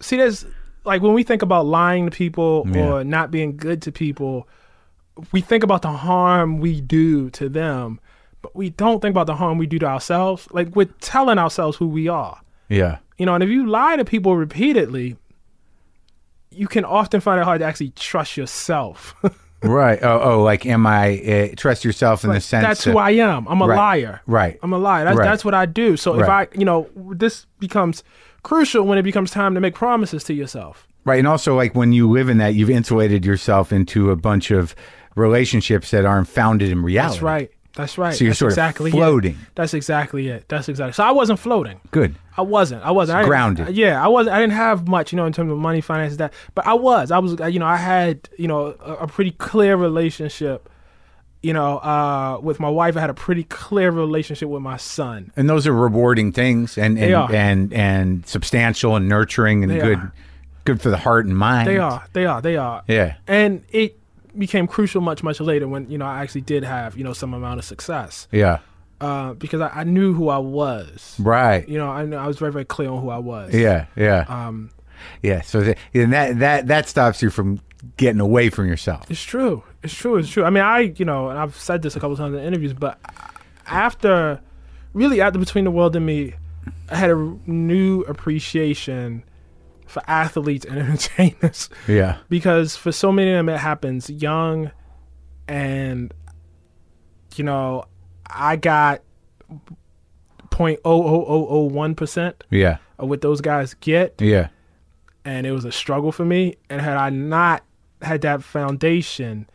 Speaker 2: See, there's like when we think about lying to people
Speaker 1: Yeah.
Speaker 2: or not being good to people, we think about the harm we do to them, but we don't think about the harm we do to ourselves. Like, we're telling ourselves who we are,
Speaker 1: yeah.
Speaker 2: you know, and if you lie to people repeatedly, you can often find it hard to actually trust yourself.
Speaker 1: Right. Oh, oh, like, am I uh, trust yourself in the sense
Speaker 2: That's who
Speaker 1: that-
Speaker 2: I am. I'm a
Speaker 1: Right.
Speaker 2: liar.
Speaker 1: Right.
Speaker 2: I'm a liar. That's,
Speaker 1: Right.
Speaker 2: that's what I do. So
Speaker 1: Right.
Speaker 2: if I, you know, this becomes crucial when it becomes time to make promises to yourself.
Speaker 1: Right. And also, like, when you live in that, you've insulated yourself into a bunch of relationships that aren't founded in reality.
Speaker 2: That's right. That's right.
Speaker 1: So you're
Speaker 2: that's
Speaker 1: sort of
Speaker 2: exactly it.
Speaker 1: floating.
Speaker 2: That's exactly it. That's exactly. So I wasn't floating.
Speaker 1: Good.
Speaker 2: I wasn't. I wasn't. I didn't-
Speaker 1: Grounded.
Speaker 2: Yeah, I wasn't. I didn't have much, you know, in terms of money, finances, that. But I was. I was. You know, I had, you know, a, a pretty clear relationship. You know, uh, with my wife, I had a pretty clear relationship with my son.
Speaker 1: And those are rewarding things and, and,
Speaker 2: They are.
Speaker 1: and, and substantial and nurturing and
Speaker 2: They
Speaker 1: good,
Speaker 2: are.
Speaker 1: good for the heart and mind.
Speaker 2: They are. They are. They are.
Speaker 1: Yeah.
Speaker 2: and it became crucial much much later when you know I actually did have you know some amount of success
Speaker 1: Yeah.
Speaker 2: uh, because I, I knew who I was.
Speaker 1: Right.
Speaker 2: You know, I knew, I was very very clear on who I was.
Speaker 1: Yeah. Yeah.
Speaker 2: um,
Speaker 1: yeah. So th- and that, that, that stops you from getting away from yourself.
Speaker 2: it's true. It's true. It's true. I mean, I you know, and I've said this a couple times in interviews, but after really after between the world and me, I had a new appreciation for athletes and entertainers
Speaker 1: Yeah.
Speaker 2: because for so many of them it happens young and you know i got 0.00001%
Speaker 1: Yeah.
Speaker 2: of what those guys get
Speaker 1: Yeah.
Speaker 2: and it was a struggle for me and had i not had that foundation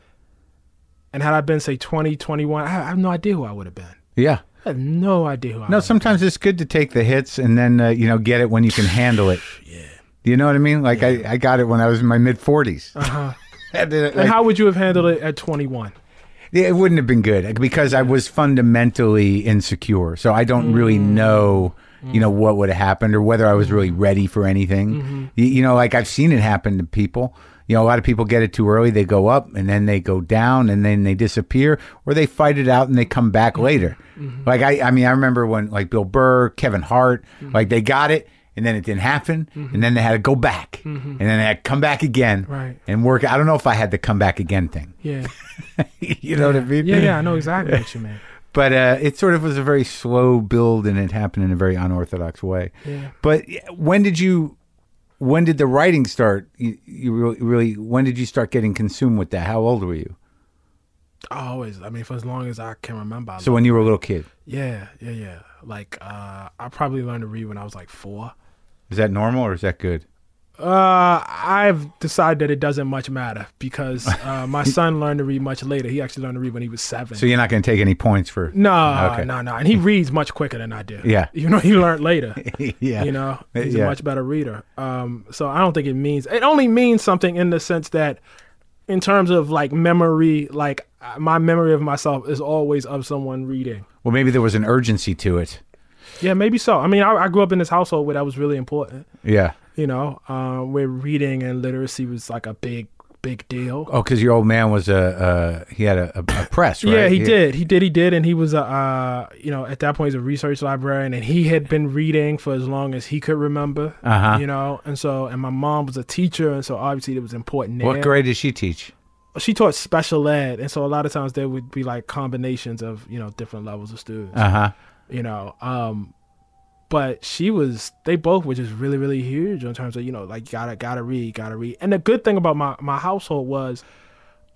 Speaker 2: and had i been say 20 21 i I have no idea who i would have been
Speaker 1: Yeah.
Speaker 2: i have no idea who i
Speaker 1: No,
Speaker 2: would
Speaker 1: sometimes it's good to take the hits and then uh, you know get it when you can handle it. yeah. You know what I mean? Like I, I got it when I was in my mid 40s.
Speaker 2: uh-huh. and
Speaker 1: it,
Speaker 2: how would you have handled it at 21
Speaker 1: it wouldn't have been good like, because I was fundamentally insecure. So I don't really
Speaker 2: Mm.
Speaker 1: know, you know, what would have happened or whether I was really ready for anything.
Speaker 2: Mm-hmm.
Speaker 1: Y- You, know, like I've seen it happen to people. You know, a lot of people get it too early. They go up and then they go down and then they disappear or they fight it out and they come back
Speaker 2: Mm-hmm.
Speaker 1: later. Like I, I mean, I remember when like Bill Burr, Kevin Hart,
Speaker 2: Mm-hmm.
Speaker 1: like they got it and then it didn't happen and then they had to go back and then they had to come back again
Speaker 2: Mm-hmm. Right.
Speaker 1: and work. I don't know if I had the come back again thing.
Speaker 2: yeah
Speaker 1: you know what I mean?
Speaker 2: yeah yeah i know exactly what you mean
Speaker 1: but uh, it sort of was a very slow build and it happened in a very unorthodox way
Speaker 2: Yeah.
Speaker 1: but when did you when did the writing start you, you really, really when did you start getting consumed with that how old were you
Speaker 2: I always, I mean, for as long as I can remember. I
Speaker 1: so when you were a little kid
Speaker 2: Yeah, yeah, yeah. Like uh I probably learned to read when I was like 4.
Speaker 1: is that normal or is that good
Speaker 2: Uh I've decided that it doesn't much matter because uh my son learned to read much later. He actually learned to read when he was 7.
Speaker 1: so you're not going to take any points for
Speaker 2: no,
Speaker 1: Okay.
Speaker 2: no, no. And he reads much quicker than I do.
Speaker 1: Yeah.
Speaker 2: Even though he learned later.
Speaker 1: yeah
Speaker 2: You know, he's
Speaker 1: Yeah.
Speaker 2: a much better reader. Um, so I don't think it means it only means something in the sense that, in terms of like memory, like uh, my memory of myself is always of someone reading.
Speaker 1: well maybe there was an urgency to it
Speaker 2: Yeah, maybe so. I mean, I, I grew up in this household where that was really important,
Speaker 1: yeah
Speaker 2: you know, uh, where reading and literacy was like a big, big deal.
Speaker 1: oh because your old man was a uh, he had a, a, a press right
Speaker 2: Yeah, he did. He did. He did. And he was, a, uh, you know, at that point, he's a research librarian and he had been reading for as long as he could remember,
Speaker 1: uh-huh
Speaker 2: you know. And so, and my mom was a teacher. And so obviously it was important. There.
Speaker 1: what grade did she teach
Speaker 2: She taught special ed. And so a lot of times there would be like combinations of, you know, different levels of students.
Speaker 1: uh-huh
Speaker 2: you know um but she was they both were just really really huge in terms of you know like gotta gotta read gotta read and the good thing about my my household was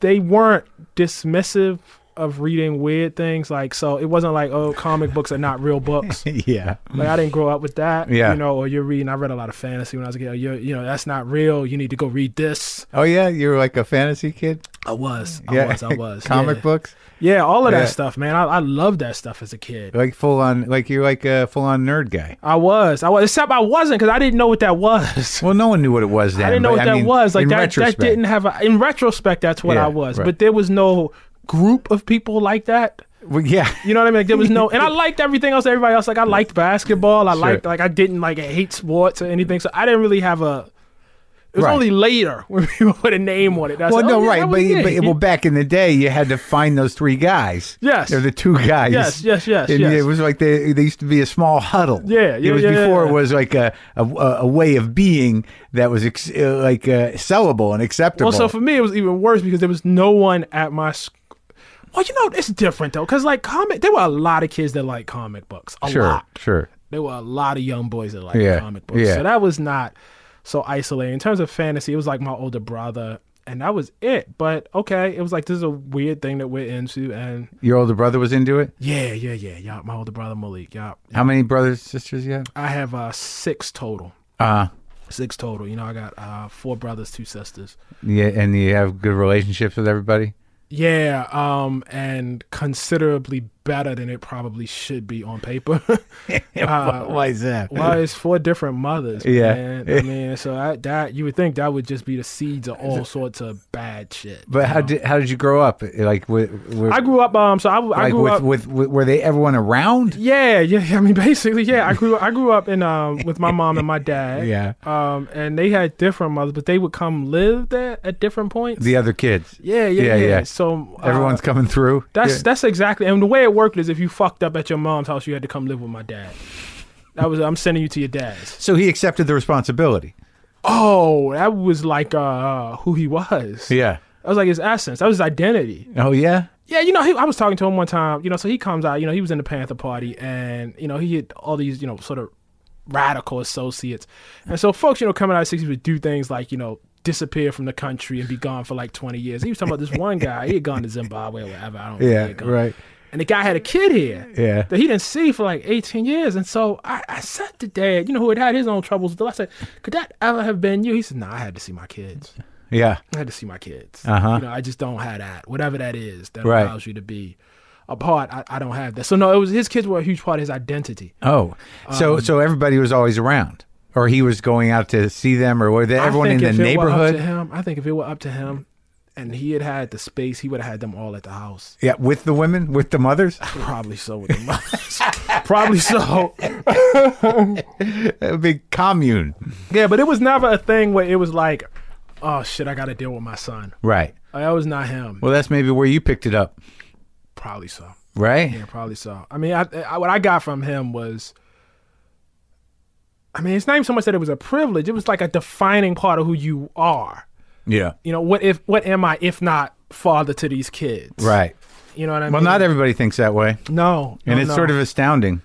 Speaker 2: they weren't dismissive of reading weird things like so it wasn't like oh comic books are not real books
Speaker 1: yeah
Speaker 2: like i didn't grow up with that
Speaker 1: Yeah.
Speaker 2: you know or you're reading i read a lot of fantasy when i was a kid you you know that's not real you need to go read this
Speaker 1: oh yeah you were like a fantasy kid
Speaker 2: i was i
Speaker 1: yeah
Speaker 2: was i was
Speaker 1: comic
Speaker 2: yeah.
Speaker 1: books
Speaker 2: yeah all of
Speaker 1: Yeah.
Speaker 2: that stuff man i, I loved that stuff as a kid
Speaker 1: like full on like you're like a full on nerd guy
Speaker 2: i was i was except i wasn't because i didn't know what that was
Speaker 1: well no one knew what it was then
Speaker 2: I didn't know
Speaker 1: but,
Speaker 2: what that
Speaker 1: mean,
Speaker 2: was. Like
Speaker 1: in
Speaker 2: that, that
Speaker 1: retrospect,
Speaker 2: didn't have a in retrospect that's what
Speaker 1: Yeah,
Speaker 2: I was.
Speaker 1: right.
Speaker 2: But there was no group of people like that.
Speaker 1: well, yeah
Speaker 2: You know what I mean? Like there was no and I liked everything else everybody else. Like I liked basketball. I
Speaker 1: Sure.
Speaker 2: liked like I didn't like hate sports or anything. So I didn't really have a it was
Speaker 1: Right.
Speaker 2: only later when people put a name on it. That's
Speaker 1: well
Speaker 2: like,
Speaker 1: no
Speaker 2: oh, yeah,
Speaker 1: right
Speaker 2: that
Speaker 1: but,
Speaker 2: was it.
Speaker 1: but well back in the day you had to find those three guys
Speaker 2: Yes.
Speaker 1: they're the two guys
Speaker 2: Yes, yes, yes,
Speaker 1: and
Speaker 2: yes.
Speaker 1: it was like they, they used to be a small huddle
Speaker 2: Yeah, yeah,
Speaker 1: it was
Speaker 2: yeah, yeah,
Speaker 1: before it
Speaker 2: yeah.
Speaker 1: was like a, a a way of being that was ex- uh, like uh, sellable and acceptable
Speaker 2: Well, so for me, it was even worse because there was no one at my. Sc- well, you know, it's different though, because like comic, there were a lot of kids that like comic books. A
Speaker 1: sure
Speaker 2: lot.
Speaker 1: sure
Speaker 2: there were a lot of young boys that liked
Speaker 1: Yeah,
Speaker 2: comic books.
Speaker 1: yeah.
Speaker 2: So that was not so isolated. In terms of fantasy, it was like my older brother, and that was it. But okay, it was like this is a weird thing that we're into, and
Speaker 1: your older brother was into it
Speaker 2: yeah, yeah, yeah, yeah. My older brother Malik, yeah.
Speaker 1: how many brothers sisters you have
Speaker 2: I have uh six total,
Speaker 1: uh
Speaker 2: six total. You know, I got uh four brothers, two sisters.
Speaker 1: yeah and you have good relationships with everybody
Speaker 2: Yeah, um, and considerably better than it probably should be on paper. Uh,
Speaker 1: why is that
Speaker 2: Well, it's four different mothers.
Speaker 1: Yeah.
Speaker 2: man. I mean, so I, that you would think that would just be the seeds of all sorts of bad shit.
Speaker 1: But
Speaker 2: you
Speaker 1: how
Speaker 2: know?
Speaker 1: did how did you grow up? Like with, with
Speaker 2: I grew up? Um, so I, I
Speaker 1: like
Speaker 2: grew
Speaker 1: with,
Speaker 2: up.
Speaker 1: with with were they everyone around?
Speaker 2: yeah, yeah. I mean, basically, yeah. I grew. I grew up in um with my mom and my dad.
Speaker 1: Yeah.
Speaker 2: Um, and they had different mothers, but they would come live there at different points.
Speaker 1: The other kids.
Speaker 2: yeah, yeah,
Speaker 1: Yeah,
Speaker 2: yeah,
Speaker 1: yeah.
Speaker 2: So uh,
Speaker 1: Everyone's coming through.
Speaker 2: That's that's exactly. And the way it worked is if you fucked up at your mom's house, you had to come live with my dad. That was I'm sending you to your dad's.
Speaker 1: so he accepted the responsibility.
Speaker 2: Oh, that was like uh who he was.
Speaker 1: Yeah.
Speaker 2: That was like his essence. That was his identity.
Speaker 1: Oh yeah.
Speaker 2: Yeah, you know, he, I was talking to him one time. You know, so he comes out. You know, he was in the Panther Party, and you know, he had all these you know sort of radical associates. And so folks, you know, coming out of the 60s would do things like, you know, disappear from the country and be gone for like 20 years. He was talking about this one guy. He had gone to Zimbabwe or whatever. I don't know.
Speaker 1: Yeah,
Speaker 2: He had gone.
Speaker 1: right.
Speaker 2: And the guy had a kid here
Speaker 1: Yeah.
Speaker 2: that he didn't see for like 18 years. And so I, I said to dad, you know, who had had his own troubles, I said, could that ever have been you? He said, no, I had to see my kids.
Speaker 1: Yeah.
Speaker 2: I had to see my kids.
Speaker 1: Uh-huh.
Speaker 2: You know, I just don't have that. Whatever that is that
Speaker 1: Right.
Speaker 2: allows you to be apart, I, I don't have that. So no, it was his kids were a huge part of his identity.
Speaker 1: Oh,
Speaker 2: Um,
Speaker 1: so so everybody was always around, or he was going out to see them, or were they,
Speaker 2: I
Speaker 1: everyone in
Speaker 2: think
Speaker 1: the
Speaker 2: if it uh, were up to
Speaker 1: neighborhood?
Speaker 2: him, I think if it were up to him and he had had the space, he would have had them all at the house.
Speaker 1: Yeah, with the women, with the mothers.
Speaker 2: Probably so with the mothers. Probably so.
Speaker 1: A big commune,
Speaker 2: Yeah, but it was never a thing where it was like, oh shit, I got to deal with my son.
Speaker 1: right?
Speaker 2: That was not him.
Speaker 1: Well, that's maybe where you picked it up,
Speaker 2: Probably so.
Speaker 1: right?
Speaker 2: Yeah, probably so. I mean, I, I what I got from him was, I mean, it's not even so much that it was a privilege; it was like a defining part of who you are.
Speaker 1: Yeah,
Speaker 2: You know, what if what am I if not father to these kids?
Speaker 1: right.
Speaker 2: You know what I
Speaker 1: Well,
Speaker 2: mean?
Speaker 1: not everybody thinks that way,
Speaker 2: No,
Speaker 1: and
Speaker 2: no,
Speaker 1: it's
Speaker 2: Oh, no.
Speaker 1: sort of astounding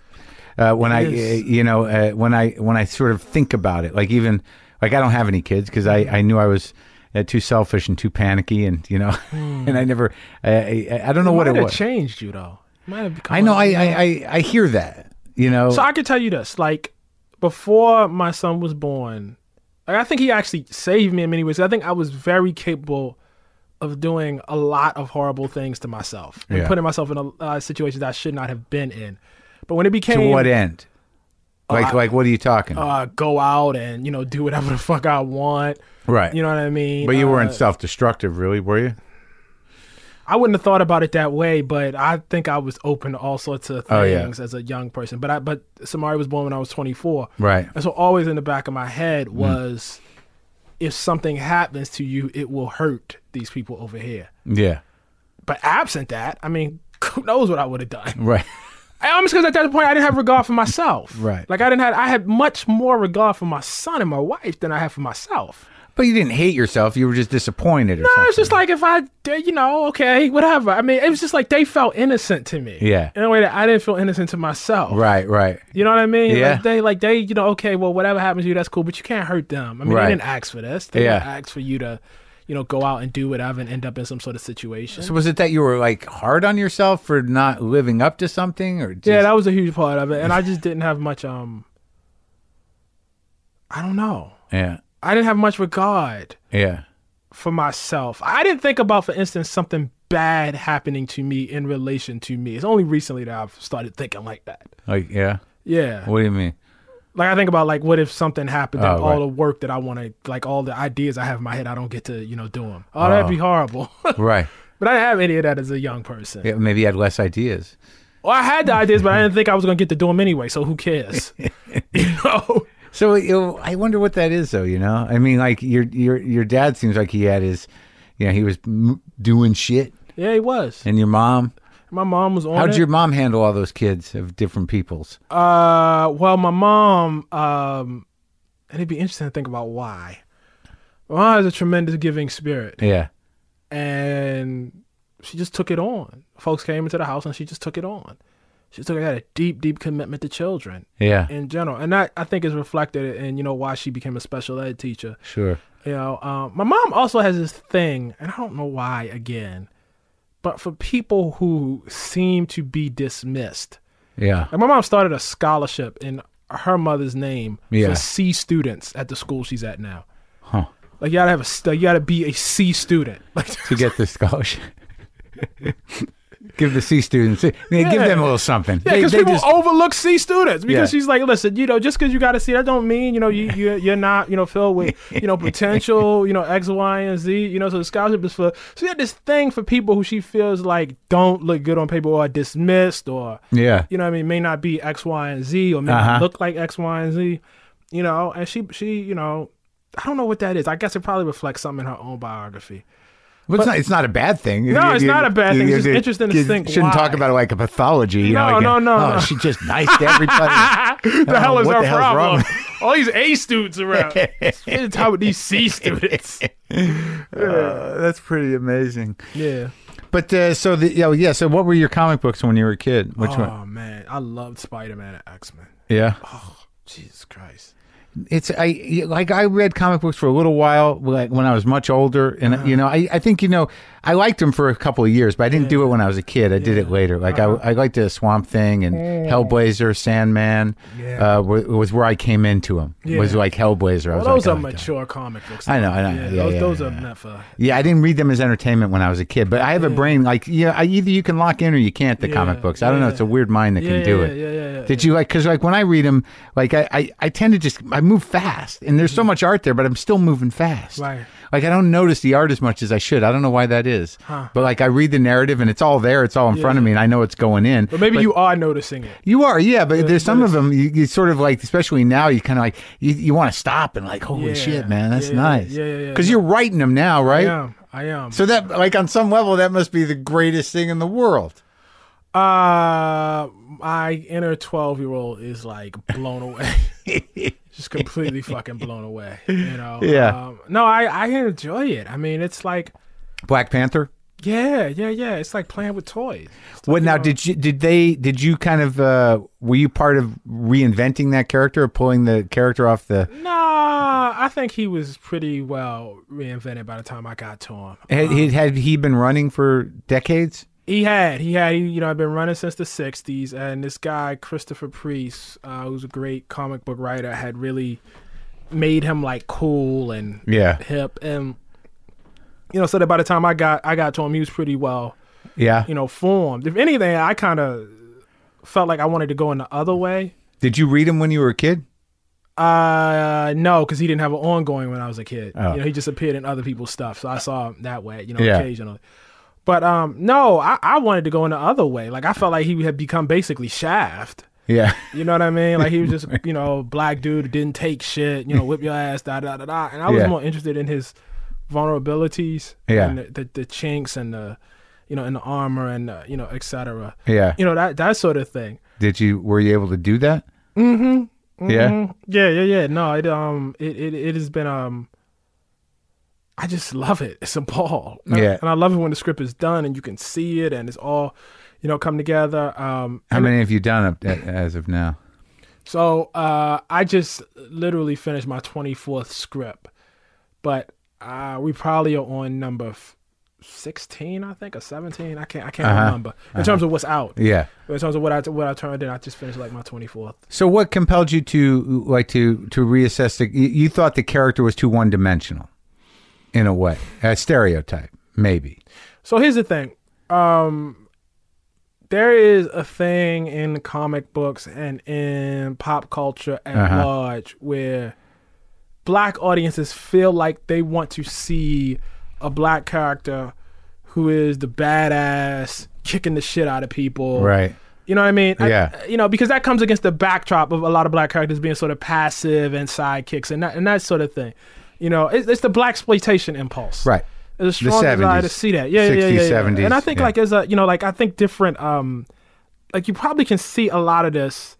Speaker 1: uh, when I, uh,
Speaker 2: is.
Speaker 1: you know, uh, when I when I sort of think about it. Like even like I don't have any kids because I I knew I was. Uh, too selfish and too panicky, and you know, and I never, I, I, I don't know what
Speaker 2: might
Speaker 1: it
Speaker 2: have
Speaker 1: was.
Speaker 2: changed you though. Might have become
Speaker 1: I know,
Speaker 2: a-
Speaker 1: I, I, I, I hear that, you know.
Speaker 2: So I can tell you this: like before my son was born, like I think he actually saved me in many ways. I think I was very capable of doing a lot of horrible things to myself and
Speaker 1: Yeah.
Speaker 2: putting myself in a uh, situation that I should not have been in. But when it became
Speaker 1: To what end? Like, like, what are you talking? about?
Speaker 2: uh, go out and you know do whatever the fuck I want,
Speaker 1: right.
Speaker 2: you know what I mean?
Speaker 1: but you
Speaker 2: Uh,
Speaker 1: weren't self-destructive, really, were you?
Speaker 2: I wouldn't have thought about it that way, but I think I was open to all sorts of
Speaker 1: Oh, yeah.
Speaker 2: things as a young person. But I but Samari was born when I was 24.
Speaker 1: Right.
Speaker 2: And so always in the back of my head
Speaker 1: Hmm.
Speaker 2: was if something happens to you, it will hurt these people over here.
Speaker 1: Yeah.
Speaker 2: But absent that, I mean, who knows what I would have done.
Speaker 1: Right.
Speaker 2: I almost because at that point I didn't have regard for myself.
Speaker 1: Right.
Speaker 2: Like I didn't have I had much more regard for my son and my wife than I had for myself.
Speaker 1: But you didn't hate yourself. You were just disappointed, or
Speaker 2: No,
Speaker 1: something.
Speaker 2: it's just like if I did, you know, okay, whatever. I mean, it was just like they felt innocent to me.
Speaker 1: Yeah.
Speaker 2: In a way that I didn't feel innocent to myself.
Speaker 1: Right. Right.
Speaker 2: You know what I mean?
Speaker 1: Yeah.
Speaker 2: Like they like they, you know, okay, well, whatever happens to you, that's cool, but you can't hurt them. I mean,
Speaker 1: Right.
Speaker 2: they didn't ask for this. They
Speaker 1: Yeah.
Speaker 2: didn't ask for you to, you know, go out and do whatever and end up in some sort of situation.
Speaker 1: So was it that you were like hard on yourself for not living up to something, or just,
Speaker 2: yeah, that was a huge part of it. And I just didn't have much um I don't know.
Speaker 1: yeah,
Speaker 2: I didn't have much regard
Speaker 1: yeah,
Speaker 2: for myself. I didn't think about, for instance, something bad happening to me in relation to me. It's only recently that I've started thinking like that.
Speaker 1: like yeah.
Speaker 2: Yeah.
Speaker 1: What do you mean?
Speaker 2: Like I think about like what if something happened and
Speaker 1: Oh,
Speaker 2: all
Speaker 1: right.
Speaker 2: the work that I want to like all the ideas I have in my head I don't get to you know do them. Oh, that'd be horrible. but
Speaker 1: Right.
Speaker 2: I didn't have any of that as a young person.
Speaker 1: Yeah, maybe you had less ideas.
Speaker 2: Well, I had the ideas, but I didn't think I was gonna get to do them anyway. So who cares? you know.
Speaker 1: So you, I wonder what that is, though. You know, I mean, like your your your dad seems like he had his, you know, he was m- doing shit,
Speaker 2: Yeah, he was.
Speaker 1: and your mom.
Speaker 2: My mom was on.
Speaker 1: How
Speaker 2: it.
Speaker 1: did your mom handle all those kids of different peoples?
Speaker 2: Uh, well, my mom. Um, and it'd be interesting to think about why. My mom has a tremendous giving spirit,
Speaker 1: Yeah.
Speaker 2: and she just took it on. Folks came into the house, and she just took it on. She took had a deep, deep commitment to children.
Speaker 1: Yeah.
Speaker 2: in general, and that I think is reflected in you know why she became a special ed teacher.
Speaker 1: Sure.
Speaker 2: You know, um, my mom also has this thing, and I don't know why again, but for people who seem to be dismissed,
Speaker 1: Yeah.
Speaker 2: like my mom started a scholarship in her mother's name
Speaker 1: Yeah.
Speaker 2: for C students at the school she's at now.
Speaker 1: Huh.
Speaker 2: Like you gotta have a, st- you gotta be a C student. Like
Speaker 1: To get the scholarship. give the C students, yeah, give them a little something.
Speaker 2: Yeah,
Speaker 1: They-
Speaker 2: because
Speaker 1: they
Speaker 2: people
Speaker 1: just-
Speaker 2: overlook C students because
Speaker 1: Yeah.
Speaker 2: she's like, listen, you know, just because you got to see that don't mean you know you you you're not you know filled with you know potential you know X Y and Z you know so the scholarship is for so you had this thing for people who she feels like don't look good on paper or are dismissed or
Speaker 1: yeah.
Speaker 2: you know what I mean may not be X Y and Z or may
Speaker 1: Uh-huh.
Speaker 2: not look like X Y and Z, you know, and she she you know I don't know what that is. I guess it probably reflects something in her own biography.
Speaker 1: But, it's, not, it's not a bad thing.
Speaker 2: No, it's not a bad thing. It's just interesting to
Speaker 1: you
Speaker 2: think
Speaker 1: shouldn't talk
Speaker 2: why.
Speaker 1: about it like a pathology. You know,
Speaker 2: No,
Speaker 1: like,
Speaker 2: no, no,
Speaker 1: Oh,
Speaker 2: no.
Speaker 1: she's just nice to everybody.
Speaker 2: the hell is
Speaker 1: Oh, what
Speaker 2: our
Speaker 1: the hell's wrong
Speaker 2: problem?
Speaker 1: with-
Speaker 2: All these A students around. Spending time with these C students.
Speaker 1: Uh, that's pretty amazing.
Speaker 2: Yeah.
Speaker 1: But uh, so, the, yeah, yeah, so what were your comic books when you were a kid? Which
Speaker 2: oh
Speaker 1: one?
Speaker 2: man, I loved Spider Man and X Men.
Speaker 1: Yeah.
Speaker 2: Jesus Christ.
Speaker 1: It's I like I read comic books for a little while, like when I was much older, and
Speaker 2: Uh-huh.
Speaker 1: you know I, I think you know I liked them for a couple of years, but I didn't do it when I was a kid. I did it later. Like
Speaker 2: Uh-huh.
Speaker 1: I I liked the Swamp Thing and Hellblazer, Sandman.
Speaker 2: Yeah.
Speaker 1: Uh, wa- was where I came into them. Was
Speaker 2: Yeah.
Speaker 1: like Hellblazer. I was
Speaker 2: Well, those
Speaker 1: like,
Speaker 2: are
Speaker 1: "Oh, my God."
Speaker 2: mature comic books.
Speaker 1: I know, I know.
Speaker 2: Yeah,
Speaker 1: Yeah,
Speaker 2: those
Speaker 1: yeah,
Speaker 2: those
Speaker 1: yeah,
Speaker 2: are
Speaker 1: yeah.
Speaker 2: not for.
Speaker 1: Yeah, I didn't read them as entertainment when I was a kid, but I have a brain like yeah. I, either you can lock in or you can't. The
Speaker 2: Yeah,
Speaker 1: comic books. I don't know.
Speaker 2: yeah.
Speaker 1: It's a weird mind that
Speaker 2: Yeah,
Speaker 1: can
Speaker 2: yeah,
Speaker 1: do
Speaker 2: yeah,
Speaker 1: it.
Speaker 2: yeah, yeah, yeah,
Speaker 1: Did you like? Because like when I read them, like I, I I tend to just I move fast, and there's so much art there, but I'm still moving fast.
Speaker 2: Mm. Right.
Speaker 1: Like I don't notice the art as much as I should. I don't know why that is.
Speaker 2: Huh.
Speaker 1: But like I read the narrative, and it's all there. It's all in front of me, and I know it's going in.
Speaker 2: But maybe you are noticing it.
Speaker 1: You are, yeah, but there's some
Speaker 2: but
Speaker 1: of them you, you sort of like, especially now, you kind of like you, you want to stop and like, holy
Speaker 2: Yeah,
Speaker 1: shit, man, that's
Speaker 2: yeah, yeah,
Speaker 1: nice.
Speaker 2: yeah, yeah, yeah.
Speaker 1: Because you're writing them now,
Speaker 2: I
Speaker 1: right?
Speaker 2: am. I am.
Speaker 1: So that, like, on some level, that must be the greatest thing in the world.
Speaker 2: Uh, my inner 12 year old is like blown away. Just completely fucking blown away. You know?
Speaker 1: Yeah.
Speaker 2: Um, no, I, I enjoy it. I mean, it's like,
Speaker 1: Black Panther.
Speaker 2: yeah, yeah, yeah. It's like playing with toys. It's like,
Speaker 1: What
Speaker 2: you
Speaker 1: now?
Speaker 2: know,
Speaker 1: Did you did they did you kind of uh, were you part of reinventing that character or pulling the character off the?
Speaker 2: Nah, I think he was pretty well reinvented by the time I got to him.
Speaker 1: Had, had- had he been running for decades?
Speaker 2: He had, he had, he, you know, I've been running since the '60s, and this guy Christopher Priest, uh, who's a great comic book writer, had really made him like cool and
Speaker 1: Yeah,
Speaker 2: hip, and you know, so that by the time I got, I got to him, he was pretty well,
Speaker 1: yeah.
Speaker 2: you know, formed. If anything, I kind of felt like I wanted to go in the other way.
Speaker 1: Did you read him when you were a kid?
Speaker 2: Uh, no, because he didn't have an ongoing when I was a kid.
Speaker 1: Oh.
Speaker 2: You know, he just appeared in other people's stuff, so I saw him that way. You know,
Speaker 1: Yeah.
Speaker 2: occasionally. But um, no, I, I wanted to go in the other way. Like I felt like he had become basically Shaft.
Speaker 1: Yeah,
Speaker 2: You know what I mean? Like he was just you know black dude who didn't take shit. You know, whip your ass, da da da da. And I was
Speaker 1: Yeah.
Speaker 2: more interested in his vulnerabilities.
Speaker 1: Yeah.
Speaker 2: And the, the, the chinks and the you know and the armor and uh, you know et cetera.
Speaker 1: yeah.
Speaker 2: You know that that sort of thing.
Speaker 1: Did you were you able to do that? Mm-hmm. Yeah.
Speaker 2: Mhm. Yeah, yeah, yeah. No, it um it, it, it has been um I just love it. It's a ball. And I-
Speaker 1: Yeah.
Speaker 2: and I love it when the script is done and you can see it and it's all, you know, come together. Um
Speaker 1: How many have you done up a- as of now?
Speaker 2: so uh I just literally finished my twenty fourth script. But uh we probably are on number f- sixteen, I think, or seventeen. I can't I can't
Speaker 1: Uh-huh.
Speaker 2: remember. In terms of what's out.
Speaker 1: Yeah.
Speaker 2: In terms of what I what I turned in, I just finished like my twenty fourth.
Speaker 1: So what compelled you to like to to reassess the? You, you thought the character was too one dimensional, in a way, a stereotype, maybe.
Speaker 2: So here's the thing. Um there is a thing in comic books and in pop culture at
Speaker 1: Uh-huh.
Speaker 2: large where black audiences feel like they want to see a black character who is the badass kicking the shit out of people.
Speaker 1: Right.
Speaker 2: You know what I mean? I-
Speaker 1: Yeah.
Speaker 2: you know, because that comes against the backdrop of a lot of black characters being sort of passive and sidekicks and that, and that sort of thing. You know, it's, it's the black exploitation impulse.
Speaker 1: Right.
Speaker 2: There's a strong desire to
Speaker 1: 70s,
Speaker 2: see that. Yeah, yeah, yeah,
Speaker 1: 60s,
Speaker 2: yeah, yeah.
Speaker 1: 70s,
Speaker 2: And I think
Speaker 1: yeah.
Speaker 2: like as a you know like I think different um like you probably can see a lot of this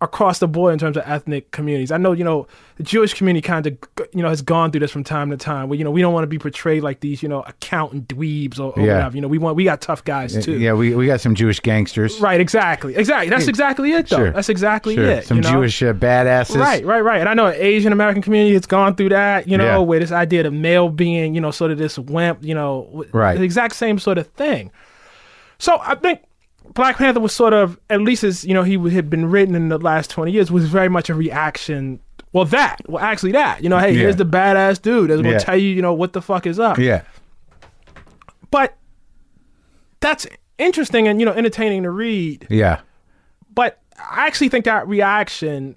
Speaker 2: across the board in terms of ethnic communities. I know you know the Jewish community kind of you know has gone through this from time to time where you know we don't want to be portrayed like these you know accountant dweebs or, or
Speaker 1: Yeah.
Speaker 2: whatever. You know we want we got tough guys too.
Speaker 1: Uh, Yeah. We we got some Jewish gangsters.
Speaker 2: Right, exactly, exactly. That's exactly it, though.
Speaker 1: Sure.
Speaker 2: That's exactly
Speaker 1: Sure.
Speaker 2: it.
Speaker 1: Some
Speaker 2: you know?
Speaker 1: Jewish uh, badasses.
Speaker 2: Right, right, right. And I know an Asian American community has gone through that, you know,
Speaker 1: Yeah.
Speaker 2: where this idea of male being, you know, sort of this wimp, you know, w-
Speaker 1: Right.
Speaker 2: the exact same sort of thing. So I think Black Panther was sort of, at least as, you know, he had been written in the last 20 years, was very much a reaction. Well, that, well, actually, that, you know, hey,
Speaker 1: Yeah.
Speaker 2: here's the badass dude that's going to
Speaker 1: Yeah.
Speaker 2: tell you, you know, what the fuck is up.
Speaker 1: Yeah.
Speaker 2: But that's interesting and, you know, entertaining to read
Speaker 1: Yeah.
Speaker 2: but I actually think that reaction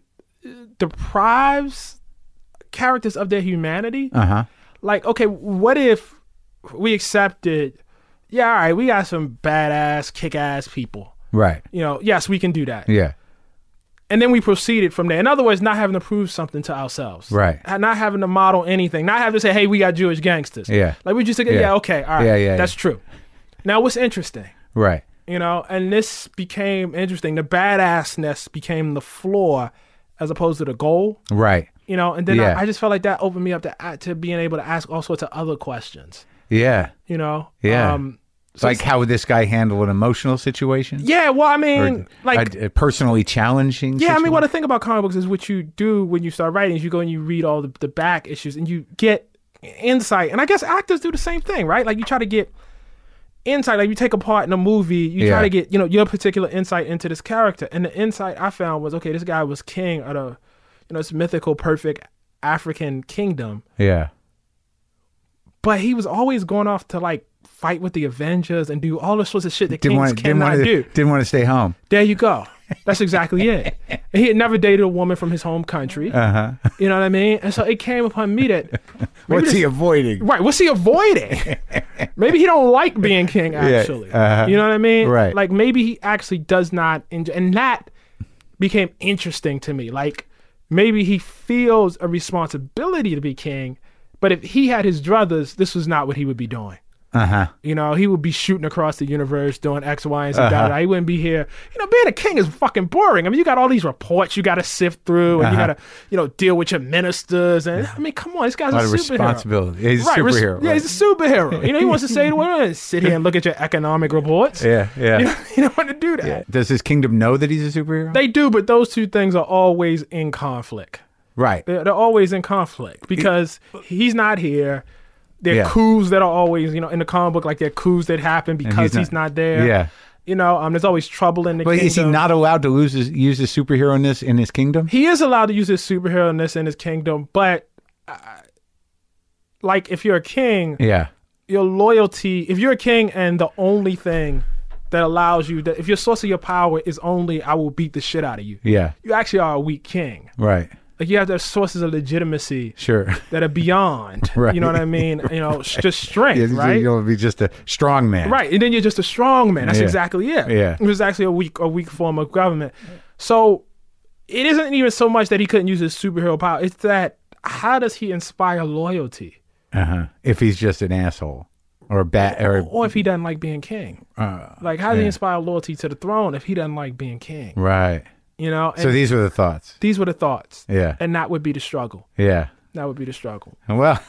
Speaker 2: deprives characters of their humanity.
Speaker 1: Uh huh.
Speaker 2: Like, okay, what if we accepted, yeah, all right, we got some badass, kick ass people.
Speaker 1: Right.
Speaker 2: You know, yes, we can do that.
Speaker 1: Yeah.
Speaker 2: And then we proceeded from there. In other words, not having to prove something to ourselves.
Speaker 1: Right.
Speaker 2: Ha- Not having to model anything. Not having to say, hey, we got Jewish gangsters.
Speaker 1: Yeah.
Speaker 2: Like, we just, yeah, yeah okay, all right.
Speaker 1: Yeah, yeah,
Speaker 2: that's
Speaker 1: yeah.
Speaker 2: true. Now, what's interesting?
Speaker 1: Right.
Speaker 2: you know and this became interesting the badassness became the floor as opposed to the goal
Speaker 1: Right.
Speaker 2: you know and then
Speaker 1: Yeah.
Speaker 2: I, I just felt like that opened me up to a- to being able to ask all sorts of other questions
Speaker 1: Yeah.
Speaker 2: you know
Speaker 1: Yeah.
Speaker 2: um
Speaker 1: like how would this guy handle an emotional situation?
Speaker 2: Yeah, well, I
Speaker 1: Or
Speaker 2: mean, like,
Speaker 1: a, a personally challenging.
Speaker 2: yeah, I mean,
Speaker 1: situation?
Speaker 2: what I think about comic books is what you do when you start writing is you go and you read all the, the back issues and you get insight. And I guess actors do the same thing, right? Like, you try to get insight. Like, you take a part in a movie, you
Speaker 1: Yeah.
Speaker 2: try to get, you know, your particular insight into this character. And the insight I found was, okay, this guy was king of the, you know, this mythical, perfect African kingdom.
Speaker 1: yeah,
Speaker 2: but he was always going off to like fight with the Avengers and do all the sorts of shit that
Speaker 1: didn't
Speaker 2: kings
Speaker 1: want didn't
Speaker 2: cannot
Speaker 1: want
Speaker 2: do.
Speaker 1: to didn't want to stay home.
Speaker 2: There you go. That's exactly it. And he had never dated a woman from his home country.
Speaker 1: Uh huh.
Speaker 2: You know what I mean? And so it came upon me that maybe
Speaker 1: What's
Speaker 2: this-
Speaker 1: he avoiding?
Speaker 2: right? What's he avoiding? maybe he don't like being king. Actually,
Speaker 1: uh-huh.
Speaker 2: you know what I mean?
Speaker 1: Right.
Speaker 2: Like maybe he actually does not enjoy, and that became interesting to me. Like maybe he feels a responsibility to be king, but if he had his druthers, this was not what he would be doing.
Speaker 1: Uh huh.
Speaker 2: You know, he would be shooting across the universe, doing X, Y, and Z. da,
Speaker 1: Uh-huh.
Speaker 2: da. He wouldn't be here. You know, being a king is fucking boring. I mean, you got all these reports you got to sift through, and
Speaker 1: Uh-huh.
Speaker 2: you got to, you know, deal with your ministers. And I mean, come on, this guy's
Speaker 1: A
Speaker 2: a,
Speaker 1: lot of
Speaker 2: superhero.
Speaker 1: responsibility. He's a
Speaker 2: Right, res-
Speaker 1: superhero.
Speaker 2: yeah,
Speaker 1: right.
Speaker 2: he's a superhero. You know, he wants to say, "Well, I'm gonna sit here and look at your economic reports."
Speaker 1: yeah, yeah.
Speaker 2: You, know, you don't want to do that.
Speaker 1: Does his kingdom know that he's a superhero?
Speaker 2: They do, but those two things are always in conflict.
Speaker 1: right.
Speaker 2: They're, they're always in conflict because he's not here. There are
Speaker 1: Yeah.
Speaker 2: coups that are always, you know, in the comic book, like there are coups that happen because
Speaker 1: he's
Speaker 2: he's
Speaker 1: not-
Speaker 2: not, there.
Speaker 1: yeah.
Speaker 2: You know, um, there's always trouble in the
Speaker 1: But
Speaker 2: kingdom.
Speaker 1: is he not allowed to lose his, use his superhero-ness in his kingdom?
Speaker 2: He is allowed to use his superhero-ness in his kingdom, but uh, like if you're a king,
Speaker 1: Yeah.
Speaker 2: your loyalty, if you're a king and the only thing that allows you, that if your source of your power is only I will beat the shit out of you,
Speaker 1: Yeah.
Speaker 2: you actually are a weak king.
Speaker 1: Right.
Speaker 2: Like you have to have sources of legitimacy
Speaker 1: Sure.
Speaker 2: that are beyond.
Speaker 1: Right.
Speaker 2: You know what I mean? You know, s- just
Speaker 1: Yeah,
Speaker 2: strength, right?
Speaker 1: You'll be just a strong man.
Speaker 2: Right. And then you're just a strong man. That's
Speaker 1: Yeah.
Speaker 2: exactly it.
Speaker 1: Yeah.
Speaker 2: It was actually a weak a weak form of government. So it isn't even so much that he couldn't use his superhero power. It's that how does he inspire loyalty?
Speaker 1: Uh-huh. If he's just an asshole or a bat or
Speaker 2: Or if he doesn't like being king.
Speaker 1: uh,
Speaker 2: Like how does he inspire loyalty to the throne if he doesn't like being king?
Speaker 1: right.
Speaker 2: You know? And
Speaker 1: So these were the thoughts.
Speaker 2: these were the thoughts.
Speaker 1: Yeah.
Speaker 2: And that would be the struggle.
Speaker 1: Yeah.
Speaker 2: That would be the struggle.
Speaker 1: Well,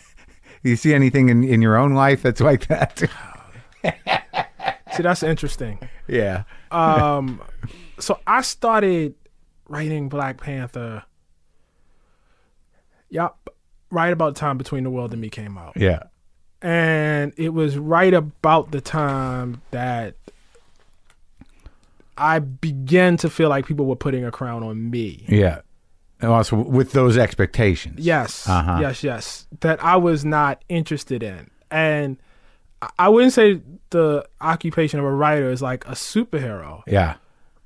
Speaker 1: you see anything in, in your own life that's like that?
Speaker 2: See, that's interesting.
Speaker 1: yeah.
Speaker 2: um so i started writing black panther yep right about the time between the world and me came out
Speaker 1: Yeah.
Speaker 2: and it was right about the time that i began to feel like people were putting a crown on me
Speaker 1: Yeah. And also with those expectations.
Speaker 2: yes
Speaker 1: Uh-huh.
Speaker 2: yes yes that i was not interested in and I- i wouldn't say the occupation of a writer is like a superhero
Speaker 1: Yeah.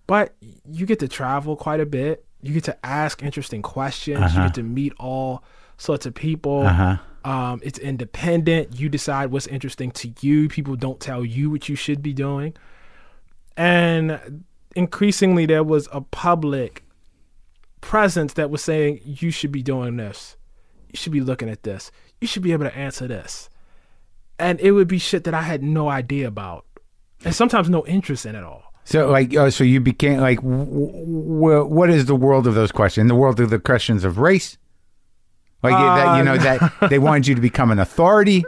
Speaker 2: but you get to travel quite a bit. You get to ask interesting questions. You get to meet all sorts of people.
Speaker 1: Uh-huh.
Speaker 2: Um, it's independent. You decide what's interesting to you. People don't tell you what you should be doing. And increasingly, there was a public presence that was saying, you should be doing this. You should be looking at this. You should be able to answer this. And it would be shit that I had no idea about and sometimes no interest in at all.
Speaker 1: So like oh, so you became like w- w- what is the world of those questions? The world of the questions of race? Like that you know
Speaker 2: Uh,
Speaker 1: that they wanted you to become an authority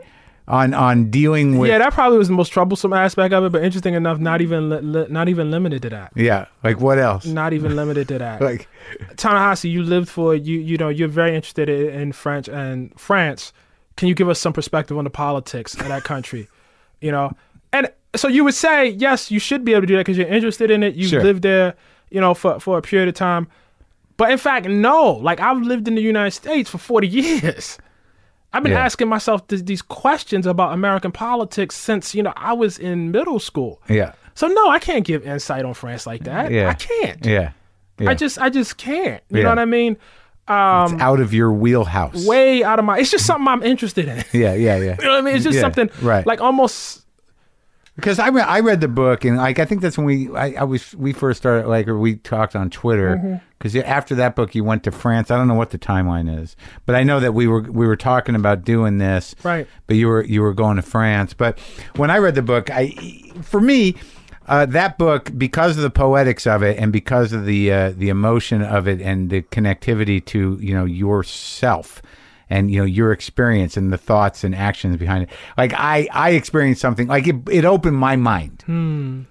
Speaker 1: on on dealing with
Speaker 2: yeah, that probably was the most troublesome aspect of it. But interesting enough, not even li- li- not even limited to that.
Speaker 1: Yeah, like what else?
Speaker 2: Not even limited to that.
Speaker 1: Like
Speaker 2: Tanahasi, you lived for you. You know, you're very interested in, in French and France. Can you give us some perspective on the politics of that country? you know, and so you would say yes, you should be able to do that because you're interested in it. You've
Speaker 1: Sure.
Speaker 2: lived there, you know, for for a period of time. But in fact, no. Like I've lived in the United States for 40 years. I've been
Speaker 1: Yeah.
Speaker 2: asking myself th- these questions about American politics since you know I was in middle school.
Speaker 1: yeah.
Speaker 2: So no, I can't give insight on France like that.
Speaker 1: Yeah.
Speaker 2: I can't.
Speaker 1: Yeah. Yeah.
Speaker 2: I just I just can't. You
Speaker 1: Yeah.
Speaker 2: know what I mean? Um,
Speaker 1: it's out of your wheelhouse.
Speaker 2: way out of my. It's just something I'm interested in. you
Speaker 1: yeah, yeah, yeah.
Speaker 2: know what I mean? It's just
Speaker 1: Yeah,
Speaker 2: something
Speaker 1: right.
Speaker 2: like almost
Speaker 1: Because I re- I read the book and like I think that's when we I, I was we first started like or we talked on Twitter because after that book you went to France I don't know what the timeline is but I know that we were we were talking about doing this
Speaker 2: Right.
Speaker 1: but you were you were going to France but when I read the book I for me uh, that book because of the poetics of it and because of the uh, the emotion of it and the connectivity to you know yourself and you know your experience and the thoughts and actions behind it. Like I, I experienced something like it. It opened my mind,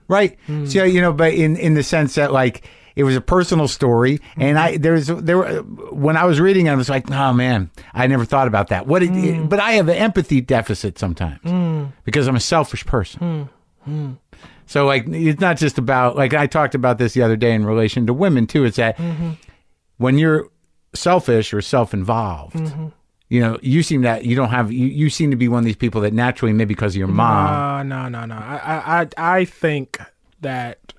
Speaker 1: right? So you know, but in in the sense that like it was a personal story, and I there's there were when I was reading, it, I was like, oh man, I never thought about that. What? It, it- but I have an empathy deficit sometimes because I'm a selfish person. So like it's not just about like I talked about this the other day in relation to women too. It's that when you're selfish or self-involved, you know, you seem that you don't have you, you seem to be one of these people that naturally maybe because of your mom.
Speaker 2: Uh, no, no, no. I, I, I I think that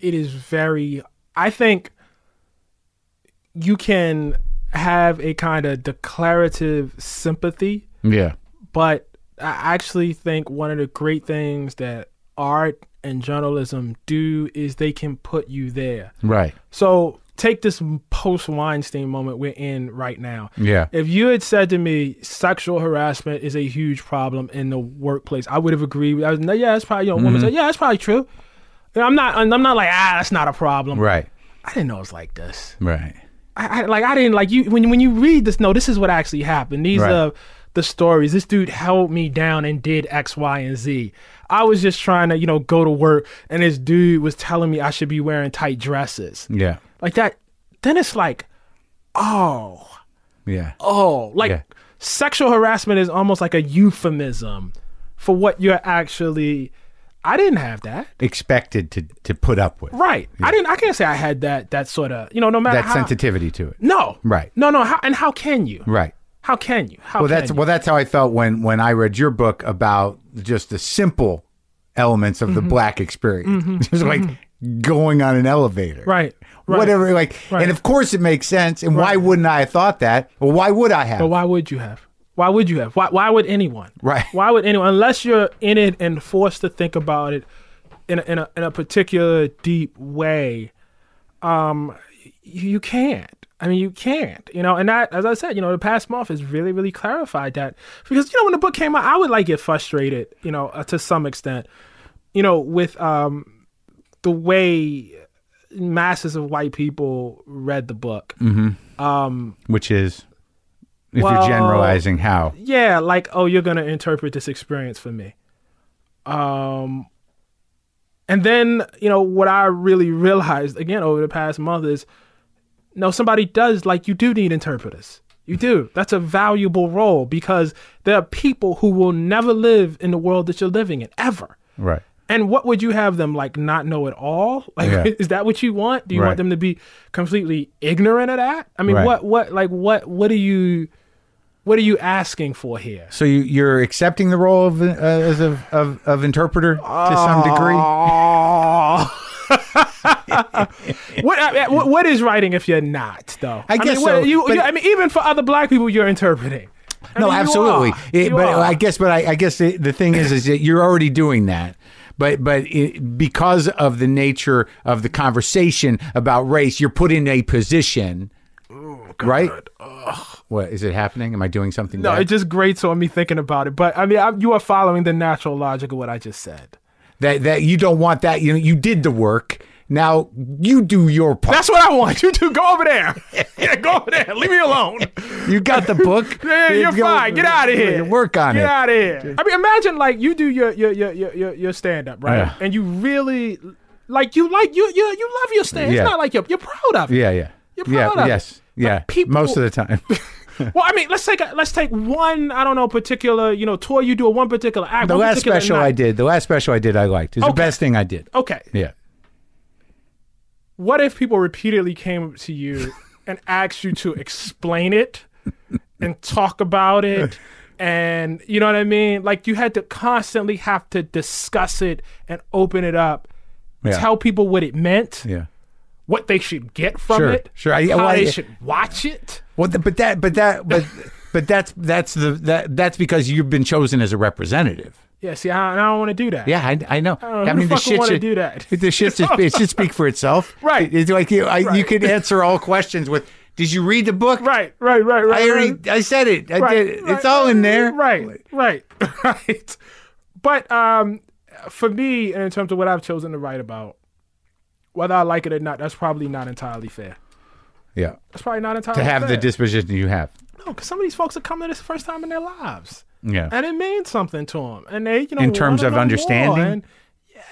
Speaker 2: it is very. I think you can have a kind of declarative sympathy,
Speaker 1: yeah.
Speaker 2: but I actually think one of the great things that art and journalism do is they can put you there.
Speaker 1: Right.
Speaker 2: So take this post Weinstein moment we're in right now.
Speaker 1: Yeah.
Speaker 2: If you had said to me sexual harassment is a huge problem in the workplace, I would have agreed. I was, no, yeah, that's probably you know,
Speaker 1: Mm-hmm.
Speaker 2: woman said, yeah, that's probably true. And I'm not, and I'm not like ah, that's not a problem.
Speaker 1: Right.
Speaker 2: I didn't know it was like this.
Speaker 1: Right.
Speaker 2: I, I like I didn't like you when when you read this. No, this is what actually happened. These
Speaker 1: Right.
Speaker 2: are the stories. This dude held me down and did X, Y, and Z. I was just trying to you know go to work, and this dude was telling me I should be wearing tight dresses
Speaker 1: Yeah.
Speaker 2: like that. Then it's like, oh,
Speaker 1: Yeah.
Speaker 2: oh, like
Speaker 1: Yeah.
Speaker 2: sexual harassment is almost like a euphemism for what you're actually. I didn't have that.
Speaker 1: Expected to to put up with
Speaker 2: Right. I didn't. I can't say I had that. That sort of. You know, no matter
Speaker 1: that
Speaker 2: how.
Speaker 1: sensitivity to it.
Speaker 2: no.
Speaker 1: Right.
Speaker 2: No. No. How, and how can you?
Speaker 1: Right.
Speaker 2: How can you? How
Speaker 1: Well,
Speaker 2: can
Speaker 1: that's
Speaker 2: you?
Speaker 1: well, that's how I felt when when I read your book about just the simple elements of the
Speaker 2: Mm-hmm.
Speaker 1: black experience, just like going on an elevator,
Speaker 2: Right, right.
Speaker 1: Whatever, like, and of course it makes sense. And why wouldn't I have thought that? Well, why would I have?
Speaker 2: But why would you have? Why would you have? Why, why would anyone?
Speaker 1: Right.
Speaker 2: Why would anyone? Unless you're in it and forced to think about it in a, in a, in a particular deep way, um, you, you can't. I mean, you can't. You know, and that, as I said, you know, the past month has really, really clarified that because you know when the book came out, I would like get frustrated, you know, uh, to some extent, you know, with um the way masses of white people read the book.
Speaker 1: Which is, if
Speaker 2: Well-
Speaker 1: you're generalizing, how?
Speaker 2: yeah, like, oh, you're gonna interpret this experience for me. Um and then, you know, what I really realized again over the past month is no, somebody does like you do need interpreters. You do. That's a valuable role because there are people who will never live in the world that you're living in, ever.
Speaker 1: Right.
Speaker 2: And what would you have them like not know at all? Like
Speaker 1: Yeah.
Speaker 2: is that what you want? Do you
Speaker 1: Right.
Speaker 2: want them to be completely ignorant of that? I mean,
Speaker 1: Right.
Speaker 2: what what like what what are you what are you asking for here?
Speaker 1: So you, you're accepting the role of uh, as of, of of interpreter to some
Speaker 2: Uh,
Speaker 1: degree.
Speaker 2: Oh. what, I- I- what what is writing if you're not though?
Speaker 1: I guess
Speaker 2: mean, what-
Speaker 1: so,
Speaker 2: you,
Speaker 1: but-
Speaker 2: you- I mean, even for other black people, you're interpreting. I
Speaker 1: no,
Speaker 2: mean, you
Speaker 1: absolutely.
Speaker 2: are.
Speaker 1: It-
Speaker 2: You
Speaker 1: but
Speaker 2: are.
Speaker 1: I guess, but I, I guess the, the thing is, is that you're already doing that. But but it, because of the nature of the conversation about race, you're put in a position, right? What is it happening? Am I doing something?
Speaker 2: no,
Speaker 1: bad?
Speaker 2: it just grates on me thinking about it. But I mean, I, you are following the natural logic of what I just said.
Speaker 1: that that you don't want that. You know, you did the work. Now you do your part.
Speaker 2: That's what I want. You two go over there. yeah, go over there. Leave me alone.
Speaker 1: you got the book.
Speaker 2: Yeah,
Speaker 1: You
Speaker 2: you're
Speaker 1: go-
Speaker 2: fine. Get out of here.
Speaker 1: Work on
Speaker 2: Get
Speaker 1: it.
Speaker 2: out of here. I mean, imagine like you do your your your your, your, your stand up, right?
Speaker 1: Yeah.
Speaker 2: And you really like you like you you you love your stand.
Speaker 1: Yeah.
Speaker 2: It's not like you're you're proud of it.
Speaker 1: Yeah, yeah.
Speaker 2: You're
Speaker 1: yeah.
Speaker 2: proud of it.
Speaker 1: yes. Yeah.
Speaker 2: people-
Speaker 1: Most of the time.
Speaker 2: Well, I mean, let's take a, let's take one. I don't know particular you know tour you do or one particular act.
Speaker 1: the
Speaker 2: one
Speaker 1: last
Speaker 2: particular
Speaker 1: special
Speaker 2: night.
Speaker 1: I did. The last special I did. I liked. It's the
Speaker 2: Okay.
Speaker 1: best thing I did.
Speaker 2: Okay.
Speaker 1: Yeah.
Speaker 2: What if people repeatedly came to you and asked you to explain it and talk about it? And you know what I mean? Like you had to constantly have to discuss it and open it up,
Speaker 1: Yeah.
Speaker 2: tell people what it meant,
Speaker 1: Yeah.
Speaker 2: what they should get from
Speaker 1: Sure,
Speaker 2: it,
Speaker 1: sure. I-
Speaker 2: how
Speaker 1: well,
Speaker 2: they
Speaker 1: I-
Speaker 2: should watch it.
Speaker 1: Well, th- but that, but that, but, but that's that's the that that's because you've been chosen as a representative.
Speaker 2: Yeah, see, I, I don't want to do that.
Speaker 1: Yeah, I, I know. I,
Speaker 2: don't know, who the fuck would wanna
Speaker 1: should
Speaker 2: do that?
Speaker 1: The shit should, it should speak for itself.
Speaker 2: Right.
Speaker 1: It's like you, I, you
Speaker 2: Right.
Speaker 1: could answer all questions with, "Did you read the book?"
Speaker 2: Right, right, right, right.
Speaker 1: I
Speaker 2: right.
Speaker 1: already, I said it. I did. It.
Speaker 2: right,
Speaker 1: It's all in there.
Speaker 2: Right, right, right. But um, for me, in terms of what I've chosen to write about, whether I like it or not, that's probably not entirely fair.
Speaker 1: Yeah.
Speaker 2: That's probably not entirely
Speaker 1: To have
Speaker 2: fair.
Speaker 1: the disposition you have.
Speaker 2: No, because some of these folks are coming to this first time in their lives,
Speaker 1: Yeah.
Speaker 2: and it means something to them, and they, you know,
Speaker 1: In terms
Speaker 2: wanna
Speaker 1: of
Speaker 2: know more,
Speaker 1: understanding?
Speaker 2: and-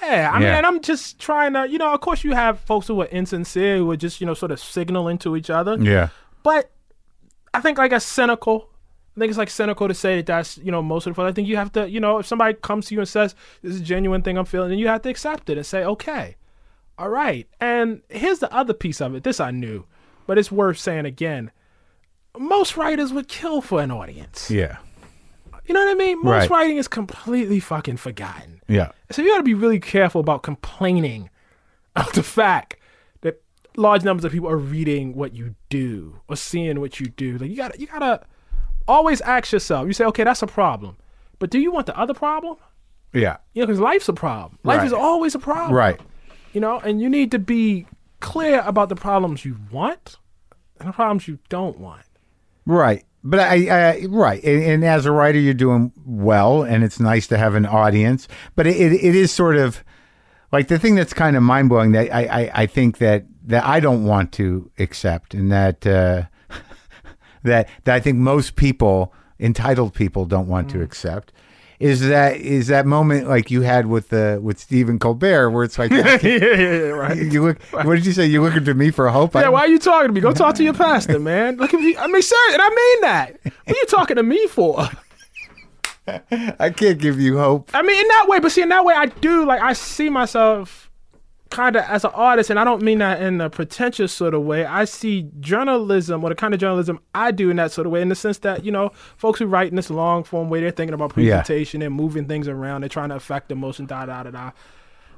Speaker 2: yeah, I mean,
Speaker 1: Yeah.
Speaker 2: and I'm just trying to, you know, of course, you have folks who are insincere, who are just, you know, sort of signaling to each other.
Speaker 1: Yeah.
Speaker 2: But I think like a cynical. I think it's like cynical to say that that's you know most of the fun. I think you have to you know if somebody comes to you and says this is a genuine thing I'm feeling, then you have to accept it and say okay, all right. And here's the other piece of it. This I knew, but it's worth saying again. Most writers would kill for an audience.
Speaker 1: Yeah.
Speaker 2: You know what I mean? Most
Speaker 1: Right.
Speaker 2: writing is completely fucking forgotten.
Speaker 1: Yeah.
Speaker 2: So you got to be really careful about complaining of the fact that large numbers of people are reading what you do or seeing what you do. Like you got to you got to always ask yourself. You say, "Okay, that's a problem." But do you want the other problem?
Speaker 1: Yeah.
Speaker 2: You know, cuz life's a problem. Life
Speaker 1: Right.
Speaker 2: is always a problem.
Speaker 1: Right.
Speaker 2: You know, and you need to be clear about the problems you want and the problems you don't want.
Speaker 1: Right. But I, I right, and, and as a writer, you're doing well, and it's nice to have an audience. But it, it, it is sort of like the thing that's kind of mind blowing that I, I, I think that that I don't want to accept, and that uh, that that I think most people, entitled people, don't want
Speaker 2: Mm.
Speaker 1: to accept. Is that is that moment like you had with the with Stephen Colbert where it's like
Speaker 2: yeah, yeah, yeah, right.
Speaker 1: you look what did you say you looking to me for hope
Speaker 2: Yeah,
Speaker 1: I,
Speaker 2: why are you talking to me? Go talk to your pastor, man. Like, if you, I mean, serious, and I mean that. What are you talking to me for?
Speaker 1: I can't give you hope
Speaker 2: I mean, in that way, but see, in that way, I do like I see myself kind of as an artist, and I don't mean that in a pretentious sort of way. I see journalism or the kind of journalism I do in that sort of way, in the sense that you know, folks who write in this long form way, they're thinking about
Speaker 1: Yeah.
Speaker 2: presentation and moving things around, they're trying to affect emotion, da da da da.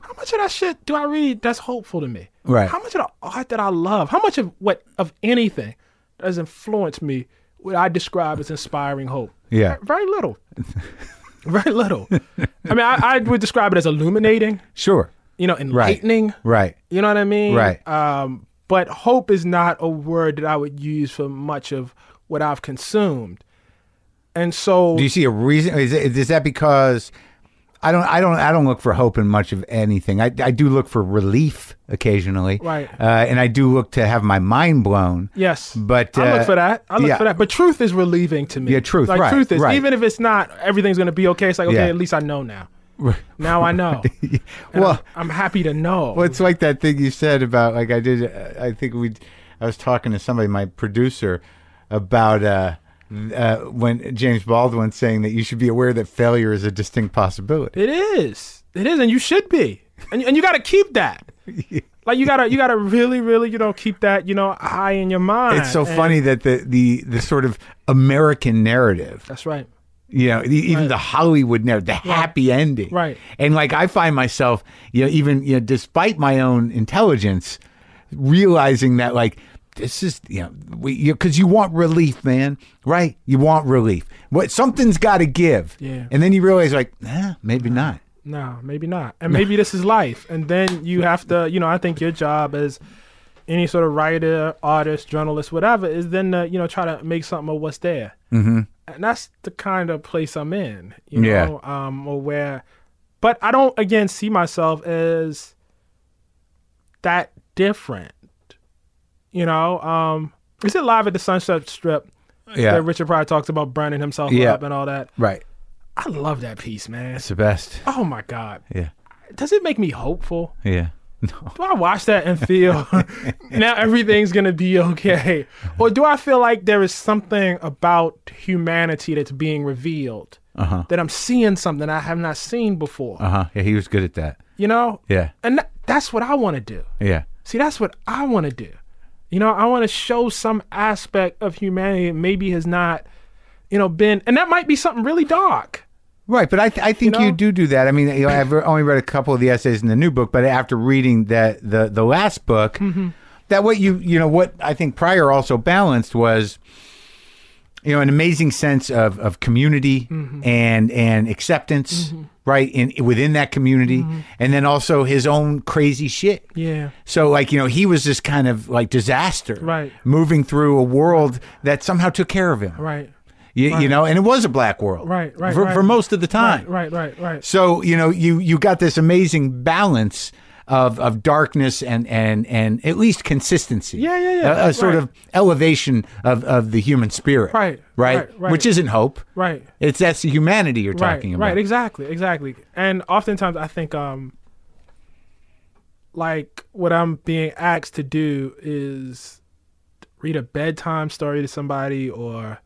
Speaker 2: How much of that shit do I read that's hopeful to me?
Speaker 1: Right.
Speaker 2: How much of the art that I love, how much of what of anything that has influenced me, what I describe as inspiring hope?
Speaker 1: Yeah.
Speaker 2: Very little. Very little. I mean, I, I would describe it as illuminating,
Speaker 1: sure
Speaker 2: you know, enlightening.
Speaker 1: right
Speaker 2: You know what I mean?
Speaker 1: Right.
Speaker 2: Um, but hope is not a word that I would use for much of what I've consumed. And so,
Speaker 1: Do you see a reason? Is, it, is that because I don't, I don't, I don't look for hope in much of anything. I, I do look for relief occasionally,
Speaker 2: Right.
Speaker 1: Uh, and I do look to have my mind blown.
Speaker 2: yes.
Speaker 1: But,
Speaker 2: I
Speaker 1: uh,
Speaker 2: look for that. I look
Speaker 1: yeah.
Speaker 2: for that. But truth is relieving to me.
Speaker 1: Yeah, truth,
Speaker 2: Like,
Speaker 1: right,
Speaker 2: truth is,
Speaker 1: right.
Speaker 2: even if it's not, everything's going to be okay. It's like, okay,
Speaker 1: Yeah.
Speaker 2: at least I know now. Now I know. And
Speaker 1: well,
Speaker 2: I'm, I'm happy to know.
Speaker 1: well, it's like that thing you said about like I did. uh, I think we, I was talking to somebody, my producer, about. Uh, uh, when James Baldwin saying that you should be aware that failure is a distinct possibility.
Speaker 2: It is. It is, and you should be, and and you got to keep that. Like you gotta, you gotta really, really, you know, keep that, you know, high in your mind.
Speaker 1: It's so
Speaker 2: And-
Speaker 1: funny that the, the, the sort of American narrative
Speaker 2: That's right.
Speaker 1: you know the, even the hollywood narrative the happy ending
Speaker 2: Right.
Speaker 1: and like i find myself you know even you know despite my own intelligence realizing that like this is you know we you because you want relief man right you want relief what something's got to give
Speaker 2: Yeah.
Speaker 1: and then you realize like nah, maybe not
Speaker 2: No, maybe not, and maybe this is life. And then you have to, you know, I think your job as any sort of writer, artist, journalist, whatever, is then to, you know, try to make something of what's there. Mm-hmm. And that's the kind of place I'm in, you
Speaker 1: Yeah.
Speaker 2: know, um, or where. But I don't again see myself as that different. You know, um, is it live at the Sunset Strip?
Speaker 1: yeah
Speaker 2: That Richard Pryor talks about burning himself
Speaker 1: Yeah.
Speaker 2: up and all that.
Speaker 1: right
Speaker 2: I love that piece, man.
Speaker 1: it's the best
Speaker 2: Oh my God.
Speaker 1: yeah
Speaker 2: Does it make me hopeful?
Speaker 1: yeah no
Speaker 2: Do I watch that and feel now everything's gonna be okay? Or do I feel like there is something about humanity that's being revealed?
Speaker 1: uh-huh
Speaker 2: That I'm seeing something I have not seen before.
Speaker 1: uh-huh yeah he was good at that
Speaker 2: You know?
Speaker 1: yeah
Speaker 2: And tha- that's what I wanna do.
Speaker 1: yeah
Speaker 2: See, that's what I want to do. You know, I want to show some aspect of humanity that maybe has not, you know, been, and that might be something really dark.
Speaker 1: Right, but I, th- I think you,
Speaker 2: know?
Speaker 1: do do that. I mean, you know, I've only read a couple of the essays in the new book, but after reading that the the last book,
Speaker 2: Mm-hmm.
Speaker 1: that what you you know what I think Pryor also balanced was, you know, an amazing sense of of community
Speaker 2: Mm-hmm.
Speaker 1: and and acceptance, right, in within that community,
Speaker 2: Mm-hmm.
Speaker 1: and then also his own crazy shit.
Speaker 2: Yeah.
Speaker 1: So like you know he was this kind of like disaster,
Speaker 2: Right.
Speaker 1: Moving through a world that somehow took care of him,
Speaker 2: Right.
Speaker 1: You, you know, and it was a black world,
Speaker 2: Right, right,
Speaker 1: for,
Speaker 2: right.
Speaker 1: for most of the time,
Speaker 2: Right. Right. Right.
Speaker 1: so you know, you you got this amazing balance of of darkness and and and at least consistency.
Speaker 2: Yeah, yeah, yeah.
Speaker 1: A, a sort
Speaker 2: Right.
Speaker 1: of elevation of of the human spirit.
Speaker 2: Right,
Speaker 1: Right.
Speaker 2: right, right.
Speaker 1: Which isn't hope.
Speaker 2: Right.
Speaker 1: It's that's the humanity you're
Speaker 2: right,
Speaker 1: talking
Speaker 2: Right,
Speaker 1: about.
Speaker 2: exactly, exactly. And oftentimes I think um like what I'm being asked to do is read a bedtime story to somebody or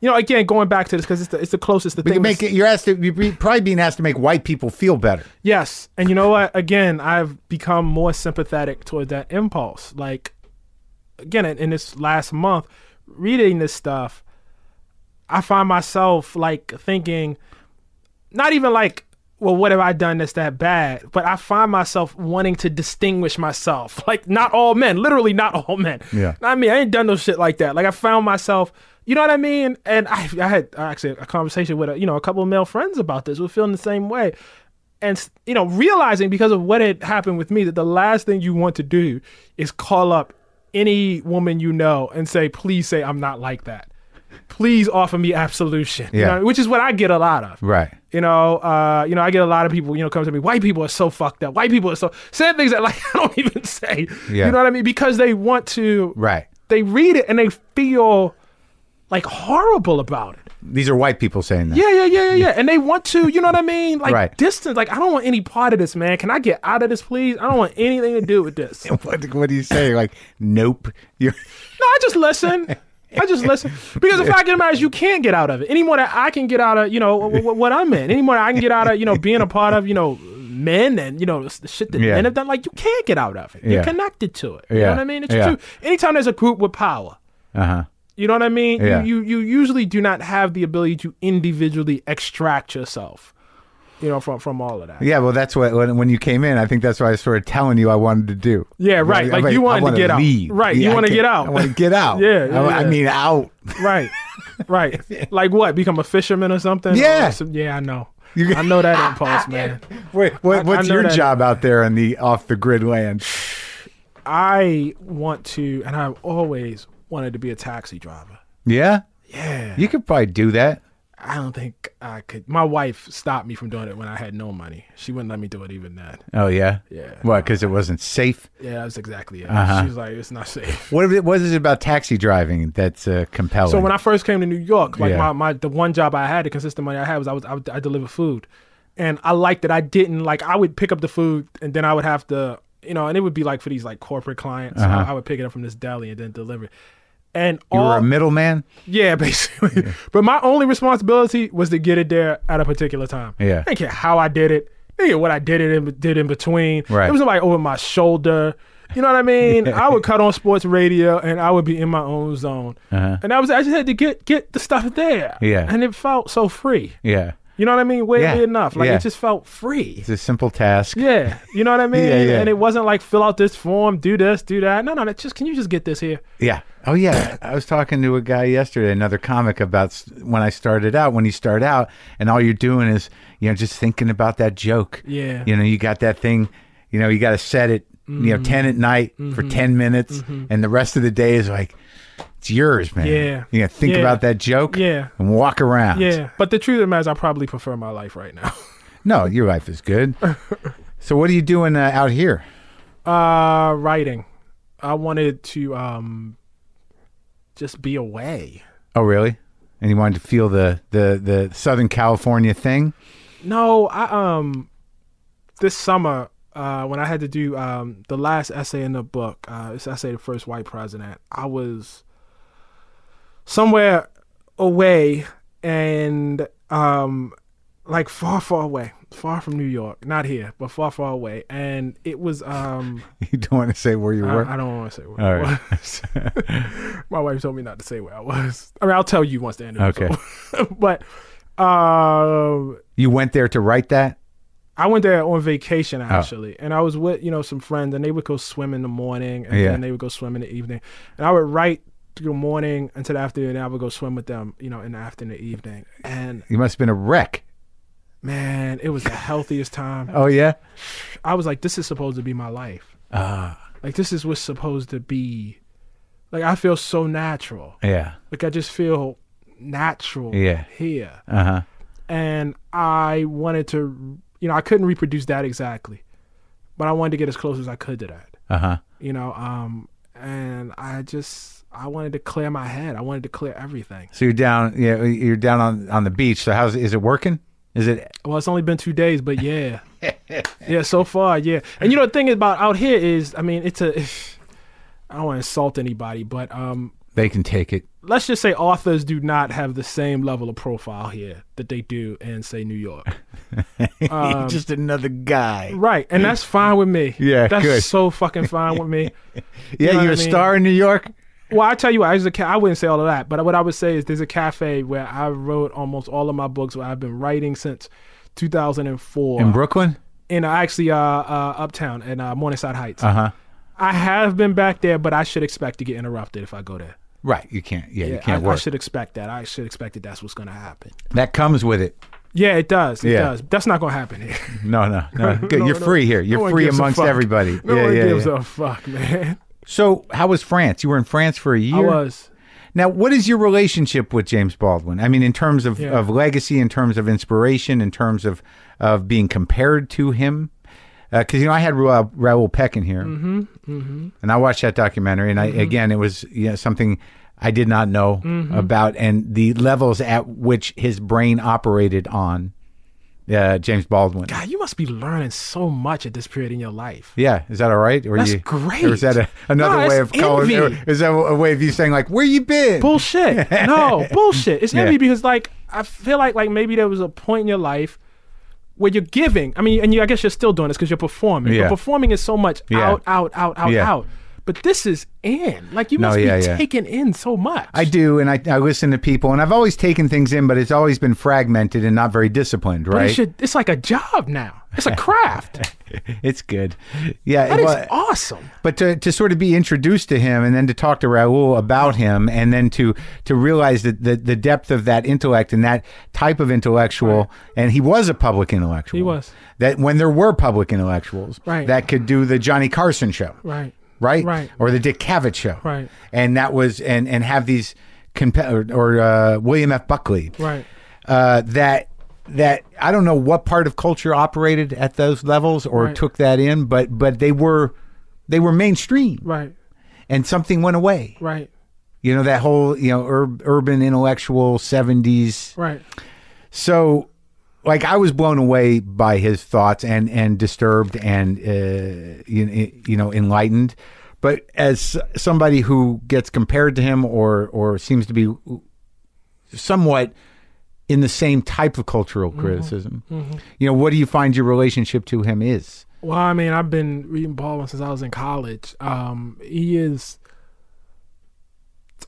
Speaker 2: you know, again, going back to this because it's the it's the closest the
Speaker 1: We
Speaker 2: thing
Speaker 1: can make
Speaker 2: was-
Speaker 1: it, you're asked to you're be- probably being asked to make white people feel better.
Speaker 2: Yes. And you know what? Again, I've become more sympathetic toward that impulse. Like, again, in, in this last month, reading this stuff, I find myself like thinking, not even like, well, what have I done that's that bad? But I find myself wanting to distinguish myself. Like, not all men, literally, not all men.
Speaker 1: Yeah.
Speaker 2: I mean, I ain't done no shit like that. Like, I found myself, you know what I mean? And I, I had actually a conversation with, a, you know, a couple of male friends about this. We're feeling the same way. And, s- you know, realizing because of what had happened with me that the last thing you want to do is call up any woman you know and say, please say I'm not like that. Please offer me absolution. You
Speaker 1: Yeah.
Speaker 2: know, which is what I get a lot of.
Speaker 1: Right.
Speaker 2: You know, uh, you know, I get a lot of people, you know, come to me, white people are so fucked up. White people are so saying things that like I don't even say.
Speaker 1: Yeah.
Speaker 2: You know what I mean? Because they want to
Speaker 1: Right.
Speaker 2: they read it and they feel like horrible about it.
Speaker 1: These are white people saying that.
Speaker 2: Yeah, yeah, yeah, yeah, yeah. And they want to, you know what I mean? Like
Speaker 1: Right.
Speaker 2: distance. Like I don't want any part of this, man. Can I get out of this, please? I don't want anything to do with this. no,
Speaker 1: What, what do you say? Like, nope. You're
Speaker 2: I just listen. I just listen because the fact of the matter is, you can't get out of it anymore. That I can get out of, you know, w- w- what I'm in anymore. I can get out of, you know, being a part of, you know, men and you know s- the shit that
Speaker 1: Yeah.
Speaker 2: men have done. Like you can't get out of it.
Speaker 1: Yeah.
Speaker 2: You're connected to it. You
Speaker 1: Yeah.
Speaker 2: know what I mean? It's
Speaker 1: Yeah.
Speaker 2: true. Anytime there's a group with power,
Speaker 1: uh huh.
Speaker 2: You know what I mean?
Speaker 1: Yeah.
Speaker 2: You, you you usually do not have the ability to individually extract yourself, you know, from from all of that.
Speaker 1: Yeah, well, that's what when, when you came in. I think that's what I was sort of telling you I wanted to do.
Speaker 2: Yeah, right,
Speaker 1: I'm
Speaker 2: like you wanted
Speaker 1: I
Speaker 2: to
Speaker 1: wanna
Speaker 2: get out.
Speaker 1: leave.
Speaker 2: Right, you
Speaker 1: I
Speaker 2: wanna
Speaker 1: can't-
Speaker 2: get out.
Speaker 1: I want to get out.
Speaker 2: Yeah,
Speaker 1: I,
Speaker 2: yeah,
Speaker 1: I
Speaker 2: yeah.
Speaker 1: mean out.
Speaker 2: Right, right. Like what? Become a fisherman or something?
Speaker 1: Yeah.
Speaker 2: Or some- yeah, I know.
Speaker 1: You-
Speaker 2: I know that impulse, man.
Speaker 1: Wait, what,
Speaker 2: I
Speaker 1: what's
Speaker 2: know
Speaker 1: your
Speaker 2: that.
Speaker 1: job out there on the off the grid land?
Speaker 2: I want to, and I've always wanted to be a taxi driver.
Speaker 1: Yeah,
Speaker 2: Yeah.
Speaker 1: you could probably do that.
Speaker 2: I don't think I could. My wife stopped me from doing it when I had no money. She wouldn't let me do it even then.
Speaker 1: Oh yeah,
Speaker 2: Yeah.
Speaker 1: What? Because it wasn't safe.
Speaker 2: Yeah, that's exactly it.
Speaker 1: Uh-huh.
Speaker 2: She was like, "It's not safe."
Speaker 1: What is it? What is it about taxi driving that's uh, compelling?
Speaker 2: So when I first came to New York, like
Speaker 1: Yeah.
Speaker 2: my, my the one job I had, the consistent money I had was I was I, would, I delivered food, and I liked that I didn't like I would pick up the food and then I would have to you know and it would be like for these like corporate clients, so I would pick it up from this deli and then deliver it. And
Speaker 1: Uh-huh. you were
Speaker 2: all
Speaker 1: a middleman.
Speaker 2: yeah, basically. But my only responsibility was to get it there at a particular time.
Speaker 1: Yeah.
Speaker 2: They didn't care how I did it. They didn't care what I did it in, did in between.
Speaker 1: Right.
Speaker 2: It was like over my shoulder. You know what I mean? I would cut on sports radio and I would be in my own zone.
Speaker 1: Uh-huh.
Speaker 2: And I was I just had to get get the stuff there.
Speaker 1: Yeah.
Speaker 2: And it felt so free.
Speaker 1: Yeah,
Speaker 2: You know what I mean? Weirdly
Speaker 1: Yeah.
Speaker 2: enough. Like
Speaker 1: Yeah.
Speaker 2: it just felt free.
Speaker 1: it's a simple task.
Speaker 2: Yeah. You know what I mean?
Speaker 1: Yeah, yeah.
Speaker 2: And it wasn't like fill out this form, do this, do that. No, no, that just can you just get this here?
Speaker 1: Yeah. Oh, yeah. I was talking to a guy yesterday, another comic, about s- when I started out. When you start out, and all you're doing is, you know, just thinking about that joke.
Speaker 2: Yeah.
Speaker 1: You know, you got that thing, you know, you got to set it, you know, 10 at
Speaker 2: Mm-hmm.
Speaker 1: night for 10 minutes, and the rest of the day is like, it's yours, man.
Speaker 2: Yeah.
Speaker 1: You know, think
Speaker 2: Yeah.
Speaker 1: about that joke
Speaker 2: Yeah.
Speaker 1: and walk around.
Speaker 2: Yeah. But the truth of the matter is I probably prefer my life right now.
Speaker 1: No, your life is good. so, what are you doing uh, out here?
Speaker 2: Uh, writing. I wanted to um, just be away.
Speaker 1: Oh, really? And you wanted to feel the, the, the Southern California thing?
Speaker 2: No, I um, this summer uh, when I had to do um the last essay in the book, uh, this essay, the first white president, I was somewhere away and um, like far, far away, far from New York, not here, but far, far away, and it was um.
Speaker 1: You don't want to say where you were?
Speaker 2: I, I don't want to say where
Speaker 1: All
Speaker 2: I
Speaker 1: right.
Speaker 2: was. My wife told me not to say where I was. I mean, I'll tell you once the interview.
Speaker 1: Okay.
Speaker 2: but um,
Speaker 1: You went there to write that?
Speaker 2: I went there on
Speaker 1: Oh.
Speaker 2: vacation actually, and I was with you know some friends, and they would go swim in the morning, and
Speaker 1: Yeah.
Speaker 2: then they would go swim in the evening, and I would write through the morning until the afternoon, and I would go swim with them, you know, in the afternoon, evening, and
Speaker 1: You must have been a wreck.
Speaker 2: man, it was the healthiest time.
Speaker 1: Oh yeah.
Speaker 2: I was like, this is supposed to be my life.
Speaker 1: Ah,
Speaker 2: Like this is what's supposed to be. Like I feel so natural.
Speaker 1: yeah.
Speaker 2: Like I just feel natural
Speaker 1: Yeah.
Speaker 2: here.
Speaker 1: Uh huh.
Speaker 2: And I wanted to you know, I couldn't reproduce that exactly. but I wanted to get as close as I could to that.
Speaker 1: Uh huh.
Speaker 2: You know, um, and I just I wanted to clear my head. I wanted to clear everything.
Speaker 1: So you're down. Yeah, you're down on on the beach. So how's is it working? Is it?
Speaker 2: Well, it's only been two days, but yeah, yeah, so far, yeah. And you know, the thing about out here is, I mean, it's a. I don't want to insult anybody, but um,
Speaker 1: They can take it.
Speaker 2: let's just say authors do not have the same level of profile here that they do in say New York. Um,
Speaker 1: Just another guy.
Speaker 2: Right, and that's fine with me.
Speaker 1: Yeah,
Speaker 2: that's
Speaker 1: good.
Speaker 2: so fucking fine with me. know
Speaker 1: Yeah, you are a
Speaker 2: what I mean?
Speaker 1: star in New York.
Speaker 2: Well, I tell you, what, I was a ca- I wouldn't say all of that, but what I would say is there's a cafe where I wrote almost all of my books where I've been writing since 2004
Speaker 1: In Brooklyn?
Speaker 2: in, uh, actually uh, uh, uptown in uh, Morningside Heights.
Speaker 1: Uh huh.
Speaker 2: I have been back there, but I should expect to get interrupted if I go there.
Speaker 1: Right. You can't. Yeah, you
Speaker 2: Yeah,
Speaker 1: can't
Speaker 2: I, I
Speaker 1: work.
Speaker 2: should expect that. I should expect that that's what's going to happen.
Speaker 1: That comes with it.
Speaker 2: Yeah, it does. It
Speaker 1: Yeah.
Speaker 2: does. That's not going to happen here.
Speaker 1: No, no, no. Good.
Speaker 2: No,
Speaker 1: you're
Speaker 2: no.
Speaker 1: free here.
Speaker 2: No
Speaker 1: You're
Speaker 2: one
Speaker 1: free
Speaker 2: gives a
Speaker 1: amongst
Speaker 2: fuck.
Speaker 1: everybody.
Speaker 2: No
Speaker 1: yeah,
Speaker 2: one
Speaker 1: yeah,
Speaker 2: gives
Speaker 1: yeah.
Speaker 2: a fuck, man.
Speaker 1: So, how was France? You were in France for a year.
Speaker 2: I was.
Speaker 1: Now, what is your relationship with James Baldwin? I mean, in terms of,
Speaker 2: Yeah.
Speaker 1: of legacy, in terms of inspiration, in terms of of being compared to him. Because you know, I had Ra- Raoul Peck in here, mm-hmm, mm-hmm. and I watched that documentary, and I
Speaker 2: Mm-hmm.
Speaker 1: again, it was you know, something I did not know about, and the levels at which his brain operated on uh, James Baldwin.
Speaker 2: God, Ah, you must be learning so much at this period in your life.
Speaker 1: Yeah, is that all right? Or
Speaker 2: That's
Speaker 1: you,
Speaker 2: great.
Speaker 1: Or is that a, another
Speaker 2: No,
Speaker 1: way of
Speaker 2: it's
Speaker 1: calling?
Speaker 2: envy.
Speaker 1: or Is that a way of you saying like, "Where you been?"
Speaker 2: Bullshit. No, bullshit. It's
Speaker 1: Yeah.
Speaker 2: envy because like I feel like like maybe there was a point in your life where you're giving. I mean, and you, I guess you're still doing this because you're performing.
Speaker 1: Yeah.
Speaker 2: But performing is so much
Speaker 1: Yeah.
Speaker 2: out, out, out, out,
Speaker 1: Yeah.
Speaker 2: out. But this is in. Like you
Speaker 1: No,
Speaker 2: must be
Speaker 1: yeah, yeah.
Speaker 2: taking in so much.
Speaker 1: I do, and I, I listen to people, and I've always taken things in, but it's always been fragmented and not very disciplined,
Speaker 2: But it
Speaker 1: right?
Speaker 2: should, it's like a job now. It's a craft.
Speaker 1: It's good, yeah.
Speaker 2: that
Speaker 1: it
Speaker 2: is
Speaker 1: wa-
Speaker 2: awesome.
Speaker 1: but to, to sort of be introduced to him, and then to talk to Raul about him, and then to to realize that the, the depth of that intellect and that type of intellectual, and he was a public intellectual.
Speaker 2: He was.
Speaker 1: that when there were public intellectuals,
Speaker 2: Right.
Speaker 1: that could do the Johnny Carson show,
Speaker 2: Right.
Speaker 1: right?
Speaker 2: Right.
Speaker 1: Or the Dick Cavett show.
Speaker 2: Right.
Speaker 1: And that was and and have these compa- or, or uh, William F. Buckley.
Speaker 2: Right.
Speaker 1: Uh, that that I don't know what part of culture operated at those levels or
Speaker 2: Right.
Speaker 1: took that in, but but they were they were mainstream
Speaker 2: Right.
Speaker 1: and something went away.
Speaker 2: Right.
Speaker 1: You know that whole, you know, ur- urban intellectual 70s
Speaker 2: Right.
Speaker 1: so, like, I was blown away by his thoughts and and disturbed and uh, you, you know enlightened. But as somebody who gets compared to him or or seems to be somewhat in the same type of cultural
Speaker 2: Mm-hmm.
Speaker 1: criticism, you know, what do you find your relationship to him is?
Speaker 2: Well, I mean, I've been reading Baldwin since I was in college. Um, he is,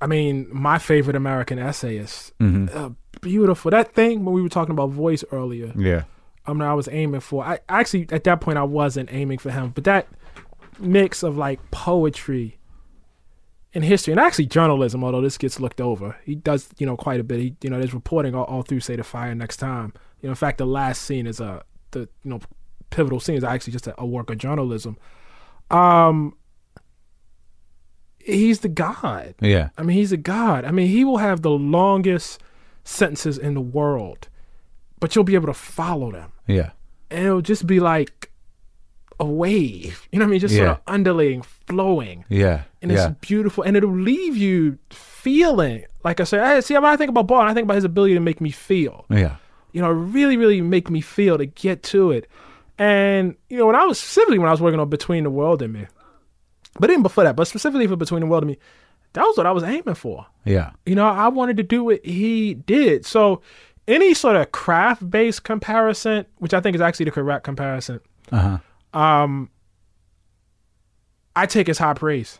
Speaker 2: I mean, my favorite American essayist. Uh, beautiful. That thing when we were talking about voice earlier,
Speaker 1: Yeah,
Speaker 2: um, that I was aiming for. I actually at that point I wasn't aiming for him, but that mix of like poetry and history, and actually journalism, although this gets looked over. He does, you know, quite a bit. He, you know, there's reporting all, all through "Say the Fire" next time. You know, in fact, the last scene is a the you know pivotal scene is actually just a, a work of journalism. Um, he's the god.
Speaker 1: yeah,
Speaker 2: I mean, he's a god. I mean, he will have the longest sentences in the world, but you'll be able to follow them
Speaker 1: yeah,
Speaker 2: and it'll just be like a wave. You know what I mean? Just sort
Speaker 1: Yeah.
Speaker 2: of undulating, flowing.
Speaker 1: yeah,
Speaker 2: And it's beautiful. And it'll leave you feeling. Like I said, I see when I think about Ball, I think about his ability to make me feel.
Speaker 1: yeah,
Speaker 2: You know, really, really make me feel to get to it. And, you know, when I was specifically when I was working on Between the World and Me, but even before that, but specifically for Between the World and Me, that was what I was aiming for.
Speaker 1: yeah,
Speaker 2: You know, I wanted to do what he did. So, any sort of craft based comparison, which I think is actually the correct comparison,
Speaker 1: uh huh,
Speaker 2: I take as high praise.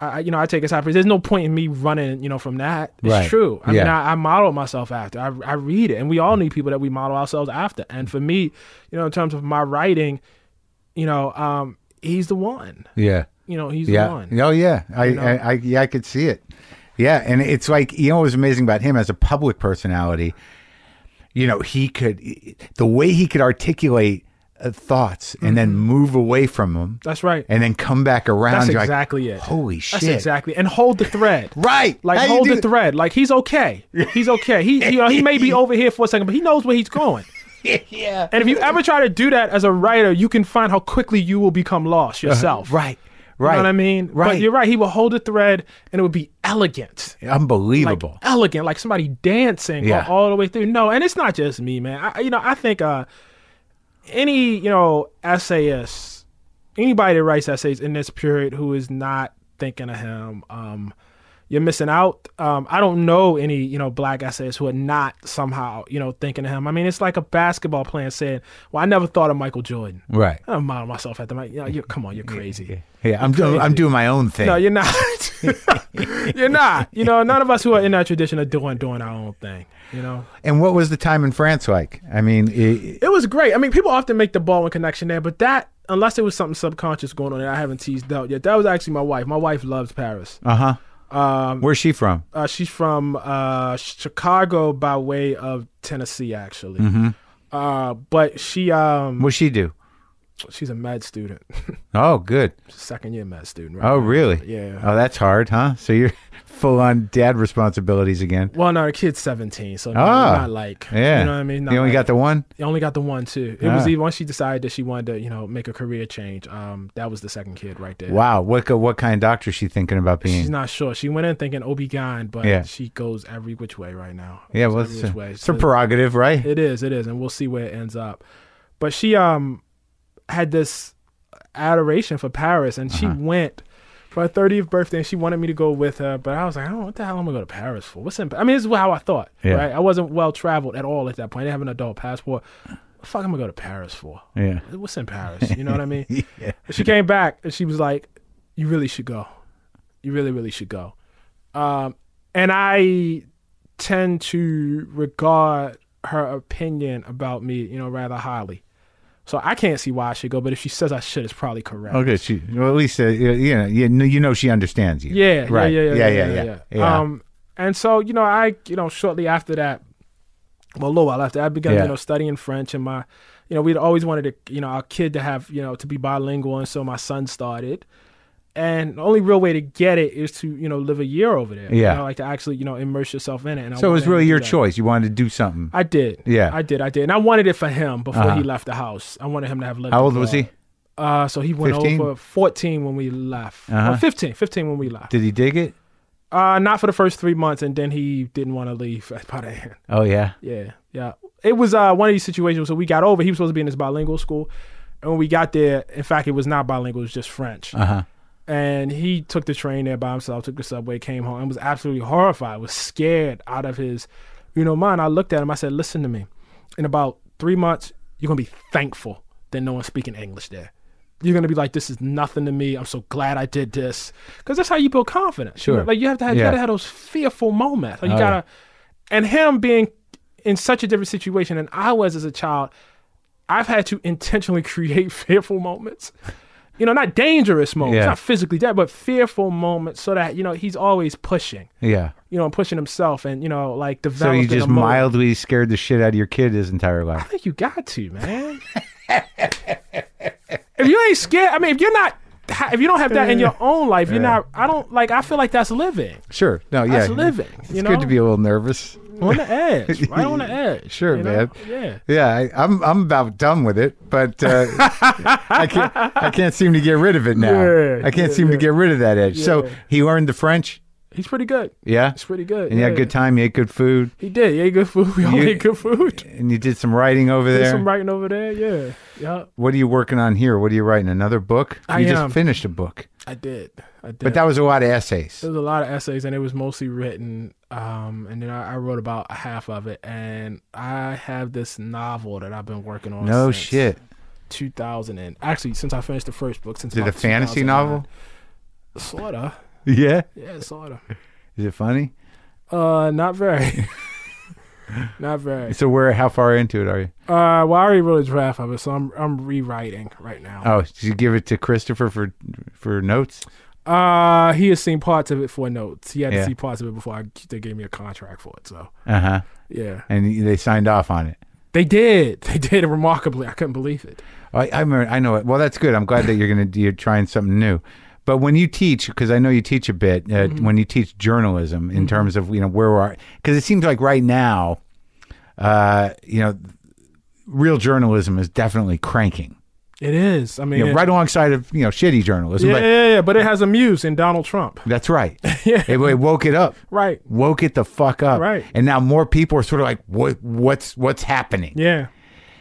Speaker 2: I, I- you know, I take as high praise. There's no point in me running, you know, from that. It's
Speaker 1: Right.
Speaker 2: true. I mean,
Speaker 1: Yeah.
Speaker 2: I, I model myself after. I, I read it, and we all need people that we model ourselves after. And for me, you know, in terms of my writing, you know, um, he's the one.
Speaker 1: yeah.
Speaker 2: You know, he's
Speaker 1: yeah.
Speaker 2: the one.
Speaker 1: Oh yeah, I,
Speaker 2: know?
Speaker 1: I, I yeah, I could see it. Yeah, and it's like you know what was amazing about him as a public personality. You know, he could e, the way he could articulate uh, thoughts and then move away from them
Speaker 2: That's right.
Speaker 1: and then come back around.
Speaker 2: Mm-hmm. That's
Speaker 1: you're like,
Speaker 2: exactly it.
Speaker 1: Holy
Speaker 2: That's
Speaker 1: shit!
Speaker 2: exactly. And hold the thread.
Speaker 1: Right.
Speaker 2: Like
Speaker 1: How you
Speaker 2: hold
Speaker 1: do
Speaker 2: the
Speaker 1: that?
Speaker 2: thread. Like he's okay. He's okay. He you know, he may be over here for a second, but he knows where he's going.
Speaker 1: yeah.
Speaker 2: And if you ever try to do that as a writer, you can find how quickly you will become lost yourself.
Speaker 1: Uh-huh. Right.
Speaker 2: You
Speaker 1: Right.
Speaker 2: know what I mean?
Speaker 1: Right.
Speaker 2: But you're right. He will hold a thread and it would be elegant. Like
Speaker 1: Unbelievable.
Speaker 2: elegant, like somebody dancing
Speaker 1: Yeah.
Speaker 2: all, all the way through. No, and it's not just me, man. I, you know, I think uh, any, you know, essayist, anybody that writes essays in this period who is not thinking of him, um, you're missing out. Um, I don't know any, you know, black essayists who are not somehow, you know, thinking of him. I mean, it's like a basketball player saying, well, I never thought of Michael Jordan.
Speaker 1: right.
Speaker 2: I don't model myself after Mike. You know, you come on, you're crazy.
Speaker 1: Yeah, I'm doing I'm doing my own thing.
Speaker 2: No, you're not. you're not. You know, none of us who are in that tradition are doing doing our own thing. You know,
Speaker 1: and what was the time in France like? I mean, it,
Speaker 2: it was great. I mean, people often make the Baldwin connection there, but that unless there was something subconscious going on that I haven't teased out yet, that was actually my wife. My wife loves Paris.
Speaker 1: uh-huh.
Speaker 2: Um,
Speaker 1: Where's she from?
Speaker 2: uh, she's from uh, Chicago by way of Tennessee, actually.
Speaker 1: Mm-hmm.
Speaker 2: Uh, but she um,
Speaker 1: What'd she do?
Speaker 2: she's a med student,
Speaker 1: Oh, good.
Speaker 2: second year med student. Right?
Speaker 1: Oh, really?
Speaker 2: uh, Yeah.
Speaker 1: Oh, that's hard, huh? So you're full on dad responsibilities again.
Speaker 2: Well, no, the kid's 17, so no,
Speaker 1: Ah.
Speaker 2: not like
Speaker 1: Yeah.
Speaker 2: you know what I mean. Not
Speaker 1: You only
Speaker 2: like-
Speaker 1: got the one?
Speaker 2: You only got the one too. It was
Speaker 1: Ah.
Speaker 2: even once she decided that she wanted to, you know, make a career change. Um, that was the second kid right there.
Speaker 1: Wow. What co- what kind of doctor is she thinking about
Speaker 2: She's
Speaker 1: being?
Speaker 2: not sure. She went in thinking OB gyn, but
Speaker 1: Yeah.
Speaker 2: she goes every which way right now.
Speaker 1: yeah,
Speaker 2: Goes
Speaker 1: well,
Speaker 2: every
Speaker 1: it's,
Speaker 2: which
Speaker 1: a,
Speaker 2: way.
Speaker 1: it's
Speaker 2: So
Speaker 1: her prerogative, right?
Speaker 2: it is, it is, and we'll see where it ends up. But she um had this adoration for Paris, and
Speaker 1: Uh-huh.
Speaker 2: she went for her 30th birthday. And she wanted me to go with her, but I was like, I don't know what the hell am I going to Paris for? What's in? I mean, this is how I thought.
Speaker 1: Yeah.
Speaker 2: Right? I wasn't well traveled at all at that point. I didn't have an adult passport. What the fuck am I going to Paris for?
Speaker 1: yeah.
Speaker 2: what's in Paris? You know what I mean?
Speaker 1: Yeah.
Speaker 2: She came back and she was like, "You really should go. You really, really should go." Um, and I tend to regard her opinion about me, you know, rather highly. So I can't see why I should go, but if she says I should, it's probably correct.
Speaker 1: Okay. She well, at least uh, you know you know you know she understands you.
Speaker 2: Yeah,
Speaker 1: Right.
Speaker 2: yeah, yeah, yeah,
Speaker 1: Yeah,
Speaker 2: yeah,
Speaker 1: yeah,
Speaker 2: yeah,
Speaker 1: yeah. Yeah.
Speaker 2: Um, and so you know, I you know, shortly after that, well, a little while after, I began
Speaker 1: Yeah.
Speaker 2: you know studying French, and my, you know, we'd always wanted to, you know, our kid to have you know to be bilingual, and so my son started. And the only real way to get it is to you know live a year over there.
Speaker 1: Yeah.
Speaker 2: you know, like to actually you know immerse yourself in it. And I
Speaker 1: So it was
Speaker 2: wanted
Speaker 1: really
Speaker 2: to do
Speaker 1: your
Speaker 2: that.
Speaker 1: choice. You wanted to do something.
Speaker 2: I did.
Speaker 1: Yeah. Uh-huh.
Speaker 2: I did. I did, and I wanted it for him before he left the house. I wanted him to have lived.
Speaker 1: How old was
Speaker 2: abroad.
Speaker 1: he?
Speaker 2: Uh, so he went
Speaker 1: 15?
Speaker 2: over fourteen when we left. Uh,
Speaker 1: Uh-huh.
Speaker 2: 15, 15 when we left.
Speaker 1: Did he dig it?
Speaker 2: Uh, not for the first three months, and then he didn't want to leave by the end.
Speaker 1: Oh yeah.
Speaker 2: Yeah, yeah. It was uh, one of these situations. So we got over. He was supposed to be in this bilingual school, and when we got there, in fact, it was not bilingual. It was just French.
Speaker 1: Uh huh.
Speaker 2: And he took the train there by himself, took the subway, came home, and was absolutely horrified. Was scared out of his, you know, mind. I looked at him. I said, "Listen to me. In about three months, you're gonna be thankful that no one's speaking English there." You're gonna be like, this is nothing to me. I'm so glad I did this, because that's how you build confidence. You
Speaker 1: Sure.
Speaker 2: know, Like you have to have,
Speaker 1: Yeah.
Speaker 2: you gotta have those fearful moments. Like you
Speaker 1: Oh,
Speaker 2: gotta, and him being in such a different situation than I was as a child, I've had to intentionally create fearful moments. You know, not dangerous moments,
Speaker 1: Yeah.
Speaker 2: not physically dead, but fearful moments, so that you know he's always pushing.
Speaker 1: Yeah.
Speaker 2: You know, and pushing himself, and you know, like
Speaker 1: So
Speaker 2: developing.
Speaker 1: you just
Speaker 2: a motive.
Speaker 1: mildly scared the shit out of your kid his entire
Speaker 2: I
Speaker 1: life.
Speaker 2: think you got to, man. if you ain't scared, I mean, if you're not, ha- if you don't have that in your own life, you're not. I don't like. I feel like that's living.
Speaker 1: Sure. No. Yeah.
Speaker 2: That's living. You
Speaker 1: It's
Speaker 2: know,
Speaker 1: good to be a little nervous.
Speaker 2: on the edge, right on the edge.
Speaker 1: Sure,
Speaker 2: you know?
Speaker 1: man.
Speaker 2: Yeah.
Speaker 1: Yeah, I, I'm I'm about done with it, but uh, I can't I can't seem to get rid of it now.
Speaker 2: Yeah,
Speaker 1: I can't
Speaker 2: yeah,
Speaker 1: seem to
Speaker 2: yeah.
Speaker 1: get rid of that edge. So
Speaker 2: Yeah.
Speaker 1: he learned the French.
Speaker 2: He's pretty good.
Speaker 1: Yeah,
Speaker 2: He's pretty good.
Speaker 1: and you
Speaker 2: yeah.
Speaker 1: had a good time. You ate good food,
Speaker 2: He did. He ate good food. We all
Speaker 1: You-
Speaker 2: ate good food.
Speaker 1: and you did some writing over
Speaker 2: There's
Speaker 1: there.
Speaker 2: some writing over there. Yeah. Yeah.
Speaker 1: What are you working on here? What are you writing? Another book?
Speaker 2: I
Speaker 1: you
Speaker 2: am.
Speaker 1: just finished a book,
Speaker 2: I did. I did.
Speaker 1: but that was a lot of essays.
Speaker 2: there was a lot of essays, and it was mostly written. Um, and then I, I wrote about half of it, and I have this novel that I've been working on.
Speaker 1: No
Speaker 2: since
Speaker 1: shit.
Speaker 2: 2000 and actually since I finished the first book since
Speaker 1: Is it a
Speaker 2: about
Speaker 1: fantasy
Speaker 2: 2009.
Speaker 1: novel?
Speaker 2: Sorta.
Speaker 1: Yeah.
Speaker 2: Yeah, sorta.
Speaker 1: Is it funny?
Speaker 2: Uh, not very. not very.
Speaker 1: So where? How far into it are you?
Speaker 2: Uh, well, I already wrote a draft of it, so I'm I'm rewriting right now.
Speaker 1: Oh, did you give it to Christopher for for notes?
Speaker 2: Uh, he has seen parts of it for notes. He had
Speaker 1: Yeah.
Speaker 2: to see parts of it before I, they gave me a contract for it. So
Speaker 1: Uh huh.
Speaker 2: yeah,
Speaker 1: And they signed off on it.
Speaker 2: they did. They did it remarkably. I couldn't believe it.
Speaker 1: I, I remember. I know it. Well, that's good. I'm glad that you're going to you're trying something new. But when you teach, because I know you teach a bit, uh,
Speaker 2: Mm-hmm.
Speaker 1: when you teach journalism in terms of you know where we're, because it seems like right now, uh, you know, real journalism is definitely cranking.
Speaker 2: It is. I mean,
Speaker 1: You know,
Speaker 2: it-
Speaker 1: right alongside of you know shitty journalism.
Speaker 2: yeah,
Speaker 1: but
Speaker 2: yeah, yeah. But it has a muse in Donald Trump.
Speaker 1: That's right.
Speaker 2: Yeah.
Speaker 1: It, it woke it up.
Speaker 2: Right.
Speaker 1: Woke it the fuck up.
Speaker 2: Right.
Speaker 1: And now more people are sort of like, what what's what's happening?
Speaker 2: Yeah.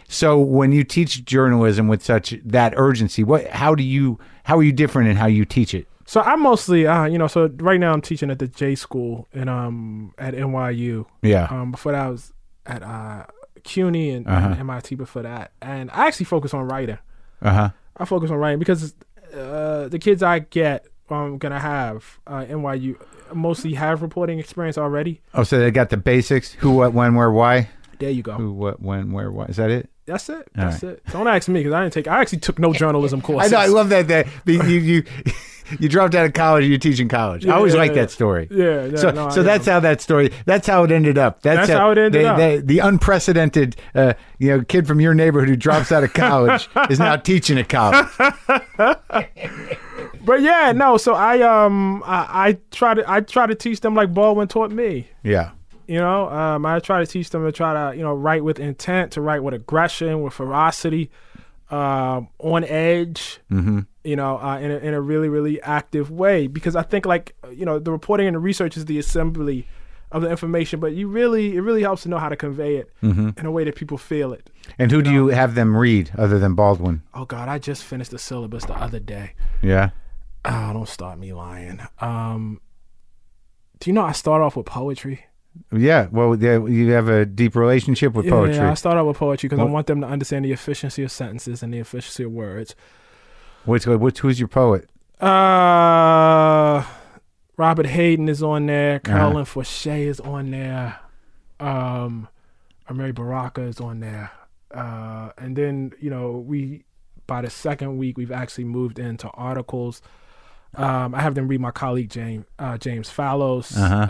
Speaker 1: So when you teach journalism with such that urgency, what how do you how are you different in how you teach it?
Speaker 2: So I'm mostly, uh, you know, so right now I'm teaching at the J School and um at NYU.
Speaker 1: Yeah.
Speaker 2: Um, before that I was at uh CUNY and, and MIT before that, and I actually focus on writing.
Speaker 1: Uh-huh.
Speaker 2: I focus on writing because uh, the kids I get um gonna have uh, NYU mostly have reporting experience already.
Speaker 1: Oh, so they got the basics, who, what, when, where, why?
Speaker 2: There you go.
Speaker 1: Who, what, when, where, why. Is that it?
Speaker 2: That's it. That's it. Don't ask me because I didn't take. I actually took no journalism
Speaker 1: I
Speaker 2: courses.
Speaker 1: know I love that that the, you you you dropped out of college, you're teaching college. I always
Speaker 2: Yeah,
Speaker 1: like
Speaker 2: yeah.
Speaker 1: that story.
Speaker 2: Yeah. yeah
Speaker 1: So,
Speaker 2: no, I
Speaker 1: so
Speaker 2: didn't.
Speaker 1: that's how that story. That's how it ended up. That's,
Speaker 2: That's how it ended
Speaker 1: they-
Speaker 2: up.
Speaker 1: they- the unprecedented, uh, you know, kid from your neighborhood who drops out of college is now teaching at college.
Speaker 2: But yeah, no. So I um I, I try to I try to teach them like Baldwin taught me.
Speaker 1: Yeah,
Speaker 2: You know, um, I try to teach them to try to you know write with intent, to write with aggression, with ferocity, um, on edge. Mm-hmm. You know, uh, in a, in a really really active way because I think like uh, you know the reporting and the research is the assembly of the information, but you really it really helps to know how to convey it in a way that people feel it.
Speaker 1: and who do you have them read other than Baldwin?
Speaker 2: Oh God, I just finished the syllabus the other day.
Speaker 1: Yeah,
Speaker 2: Oh, don't start me lying. Um, do you know I start off with poetry?
Speaker 1: yeah. Well, yeah, you have a deep relationship with poetry.
Speaker 2: Yeah, I start off with poetry because I want them to understand the efficiency of sentences and the efficiency of words.
Speaker 1: Which, which, who's your poet?
Speaker 2: Uh, Robert Hayden is on there. Carolyn Forche is on there. Um, Mary Baraka is on there. Uh, and then you know we by the second week we've actually moved into articles. Um, I have them read my colleague James uh, James Fallows, uh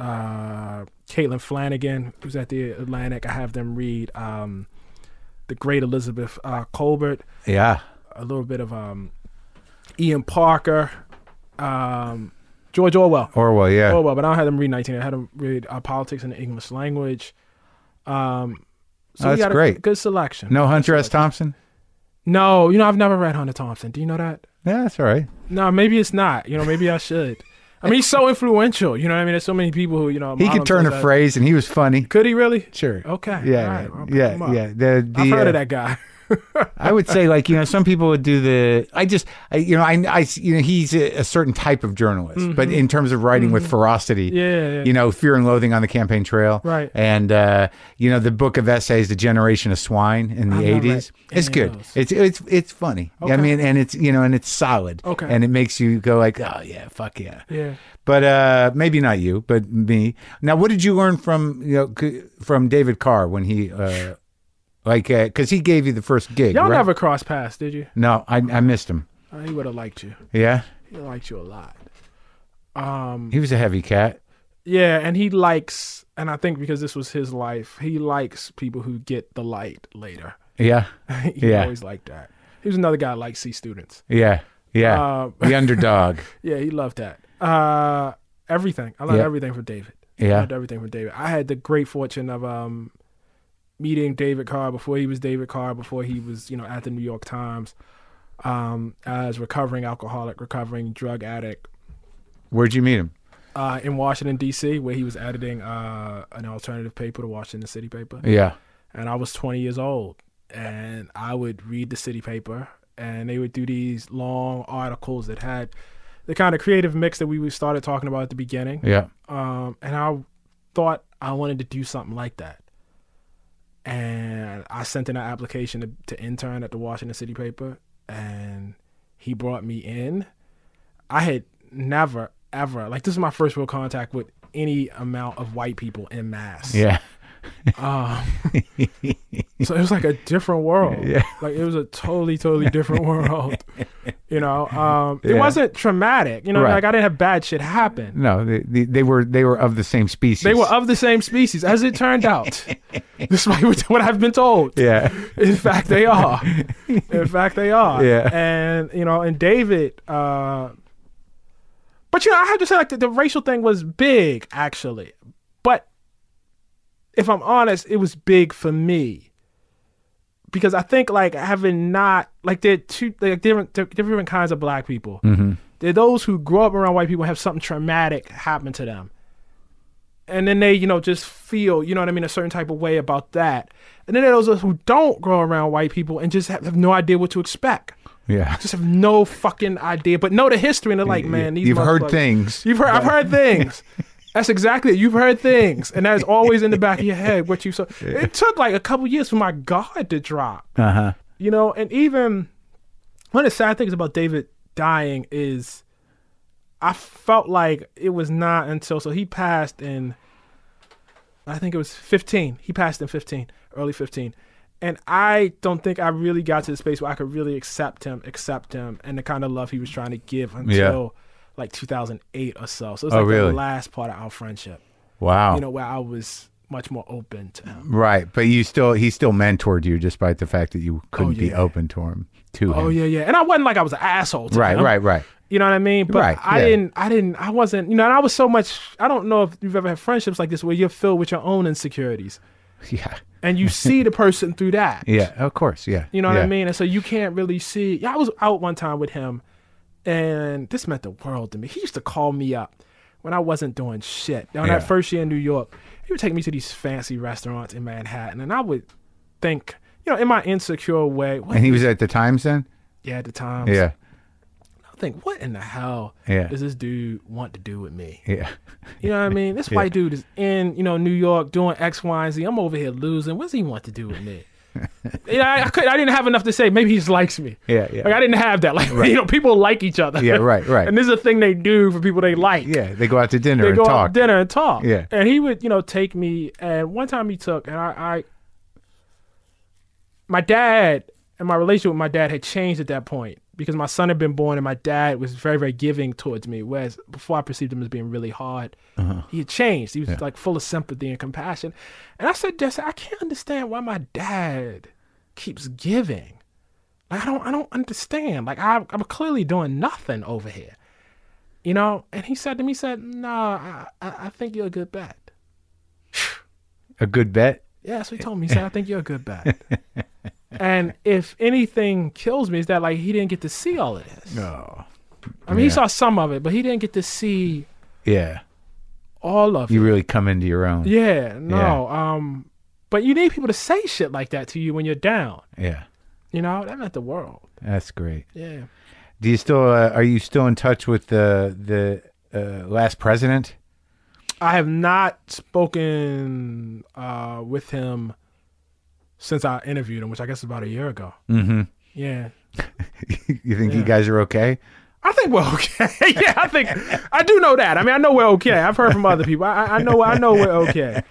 Speaker 2: Caitlin Flanagan, who's at the Atlantic. I have them read um, the great Elizabeth uh, Colbert
Speaker 1: Yeah,
Speaker 2: a little bit of um, Ian Parker, um, George Orwell.
Speaker 1: Orwell. Yeah,
Speaker 2: Orwell, but I don't have them read 19. I had them read uh, Politics in the English Language. Um, so
Speaker 1: Oh,
Speaker 2: we
Speaker 1: that's
Speaker 2: got a
Speaker 1: great.
Speaker 2: Good selection.
Speaker 1: no Hunter S. Thompson.
Speaker 2: no, you know I've never read Hunter Thompson. Do you know that?
Speaker 1: Yeah, that's all right.
Speaker 2: No, maybe it's not. You know, maybe I should. I mean, he's so influential. You know what I mean? There's so many people who you know.
Speaker 1: He
Speaker 2: model
Speaker 1: could turn a
Speaker 2: themselves as-
Speaker 1: phrase, and he was funny.
Speaker 2: Could he really?
Speaker 1: Sure.
Speaker 2: Okay.
Speaker 1: Yeah,
Speaker 2: All right, I'll pick
Speaker 1: yeah,
Speaker 2: him up.
Speaker 1: yeah. The, the,
Speaker 2: I've heard
Speaker 1: uh,
Speaker 2: of that guy.
Speaker 1: I would say like you know some people would do the I just I, you know I, I you know he's a, a certain type of journalist but
Speaker 2: Mm-hmm.
Speaker 1: in terms of writing with ferocity
Speaker 2: Yeah, yeah.
Speaker 1: you know fear and loathing on the campaign trail
Speaker 2: Right.
Speaker 1: and uh, you know the book of essays the generation of swine in the
Speaker 2: I've not read
Speaker 1: 80s it's
Speaker 2: any of
Speaker 1: good
Speaker 2: those.
Speaker 1: it's it's it's funny I
Speaker 2: Okay.
Speaker 1: mean and it's you know and it's solid
Speaker 2: Okay.
Speaker 1: and it makes you go like oh yeah fuck yeah
Speaker 2: yeah.
Speaker 1: but uh, maybe not you but me now what did you learn from you know c- from David Carr when he uh, like because he gave you the first gig
Speaker 2: Y'all all
Speaker 1: right?
Speaker 2: never crossed paths, did you?
Speaker 1: No, I, I missed him.
Speaker 2: Uh, he would have liked you.
Speaker 1: Yeah,
Speaker 2: He liked you a lot. Um,
Speaker 1: he was a heavy cat.
Speaker 2: yeah, and he likes, and I think because this was his life, he likes people who get the light later.
Speaker 1: Yeah,
Speaker 2: he
Speaker 1: Yeah.
Speaker 2: always liked that. He was another guy that liked C students.
Speaker 1: yeah, yeah.
Speaker 2: Um,
Speaker 1: the underdog.
Speaker 2: yeah, he loved that. Uh, everything. I learned
Speaker 1: Yeah.
Speaker 2: everything from David. I
Speaker 1: Yeah,
Speaker 2: learned everything from David. I had the great fortune of um, meeting David Carr before he was David Carr, before he was, you know, at the New York Times, um, as recovering alcoholic, recovering drug addict,
Speaker 1: where'd you meet him?
Speaker 2: uh, in Washington D.C., where he was editing uh, an alternative paper, the Washington City paper,
Speaker 1: Yeah,
Speaker 2: and I was 20 years old, and I would read the city paper, and they would do these long articles that had the kind of creative mix that we we started talking about at the beginning,
Speaker 1: yeah,
Speaker 2: um, and I thought I wanted to do something like that, and I sent in an application to, to intern at the Washington City paper, and he brought me in. I had never ever like this is my first real contact with any amount of white people in mass.
Speaker 1: yeah.
Speaker 2: Um, so it was like a different world.
Speaker 1: Yeah.
Speaker 2: Like it was a totally, totally different world. You know, um, it
Speaker 1: Yeah.
Speaker 2: wasn't traumatic. You know,
Speaker 1: Right.
Speaker 2: like I didn't have bad shit happen.
Speaker 1: No, they, they, they were they were of the same species.
Speaker 2: They were of the same species, as it turned out, despite what- what I've been told.
Speaker 1: Yeah,
Speaker 2: In fact, they are. In fact, they are.
Speaker 1: Yeah.
Speaker 2: And you know, and David. Uh, but you know, I have to say, like the, the racial thing was big, actually. But if I'm honest, it was big for me because I think like having not like there are two like different different kinds of black people. There are those who grow up around white people and have something traumatic happen to them, and then they you know just feel you know what I mean a certain type of way about that. And then there are those who don't grow around white people and just have, have no idea what to expect.
Speaker 1: Yeah.
Speaker 2: Just have no fucking idea, but know the history and they're like, man, these
Speaker 1: You've heard
Speaker 2: motherfuckers-
Speaker 1: things.
Speaker 2: You've heard. I've heard things. That's exactly it. You've heard things, and that's always in the back of your head what you saw. It took like a couple years for my God to drop.
Speaker 1: Uh huh.
Speaker 2: You know, and even one of the sad things about David dying is I felt like it was not until so he passed in I think it was 15. He passed in 15, early 15. And I don't think I really got to the space where I could really accept him, accept him, and the kind of love he was trying to give until like 2008 or so. So it's
Speaker 1: Oh,
Speaker 2: like
Speaker 1: really?
Speaker 2: the last part of our friendship,
Speaker 1: Wow.
Speaker 2: you know, where I was much more open to him.
Speaker 1: right. But you still, he still mentored you despite the fact that you couldn't be
Speaker 2: Oh, yeah.
Speaker 1: open to him. To
Speaker 2: Oh
Speaker 1: him.
Speaker 2: yeah, yeah. And I wasn't like I was an asshole. To
Speaker 1: Right,
Speaker 2: him.
Speaker 1: right, right.
Speaker 2: You know what I mean? But
Speaker 1: Right,
Speaker 2: I
Speaker 1: yeah.
Speaker 2: didn't, I didn't, I wasn't, you know, and I was so much, I don't know if you've ever had friendships like this where you're filled with your own insecurities
Speaker 1: Yeah.
Speaker 2: and you see the person through that.
Speaker 1: Yeah. Of course. Yeah.
Speaker 2: You know what
Speaker 1: Yeah.
Speaker 2: I mean? And so you can't really see. Yeah, I was out one time with him and this meant the world to me. He used to call me up when I wasn't doing shit. Now,
Speaker 1: Yeah.
Speaker 2: that first year in New York, he would take me to these fancy restaurants in Manhattan and I would think, you know, in my insecure way, what,
Speaker 1: And he was at the Times then?
Speaker 2: yeah, at the time,
Speaker 1: Yeah.
Speaker 2: I think, what in the hell
Speaker 1: Yeah.
Speaker 2: does this dude want to do with me?
Speaker 1: Yeah.
Speaker 2: You know what I mean? This white dude is in, you know, New York doing X, Y, and Z. I'm over here losing. What does he want to do with me? you know, I, I could I didn't have enough to say. Maybe he just likes me.
Speaker 1: Yeah, yeah.
Speaker 2: Like I didn't have that. Like you know, people like each other.
Speaker 1: Yeah, right, right.
Speaker 2: and this is a thing they do for people they like.
Speaker 1: Yeah. They go out to dinner
Speaker 2: They
Speaker 1: and
Speaker 2: go
Speaker 1: talk.
Speaker 2: out to dinner and talk.
Speaker 1: Yeah.
Speaker 2: And he would, you know, take me and one time he took and I, I my dad and my relationship with my dad had changed at that point because my son had been born and my dad was very, very giving towards me. Whereas before I perceived him as being really hard,
Speaker 1: Uh-huh.
Speaker 2: he had changed. He was like full of sympathy and compassion. And I said, Jesse, I can't understand why my dad keeps giving. Like I don't I don't understand. Like I I'm clearly doing nothing over here. You know? And he said to me, he said, No, I I, I think you're a good bet.
Speaker 1: A good bet.
Speaker 2: Yeah, that's what he told me. He said, I think you're a good bet. and if anything kills me is that like he didn't get to see all of this.
Speaker 1: Oh.
Speaker 2: I mean he
Speaker 1: yeah.
Speaker 2: saw some of it, but he didn't get to see
Speaker 1: Yeah.
Speaker 2: all of it.
Speaker 1: You really come into your own.
Speaker 2: Yeah, no. Um but you need people to say shit like that to you when you're down.
Speaker 1: Yeah.
Speaker 2: You know, that meant the world.
Speaker 1: That's great.
Speaker 2: Yeah.
Speaker 1: Do you still uh, are you still in touch with the the uh, last president?
Speaker 2: I have not spoken uh, with him since I interviewed him, which I guess is about a year ago.
Speaker 1: Mm-hmm.
Speaker 2: Yeah.
Speaker 1: you think you
Speaker 2: Yeah.
Speaker 1: guys are okay?
Speaker 2: I think we're okay. yeah, I think I do know that. I mean, I know we're okay. I've heard from other people. I, I- I know. I know we're okay.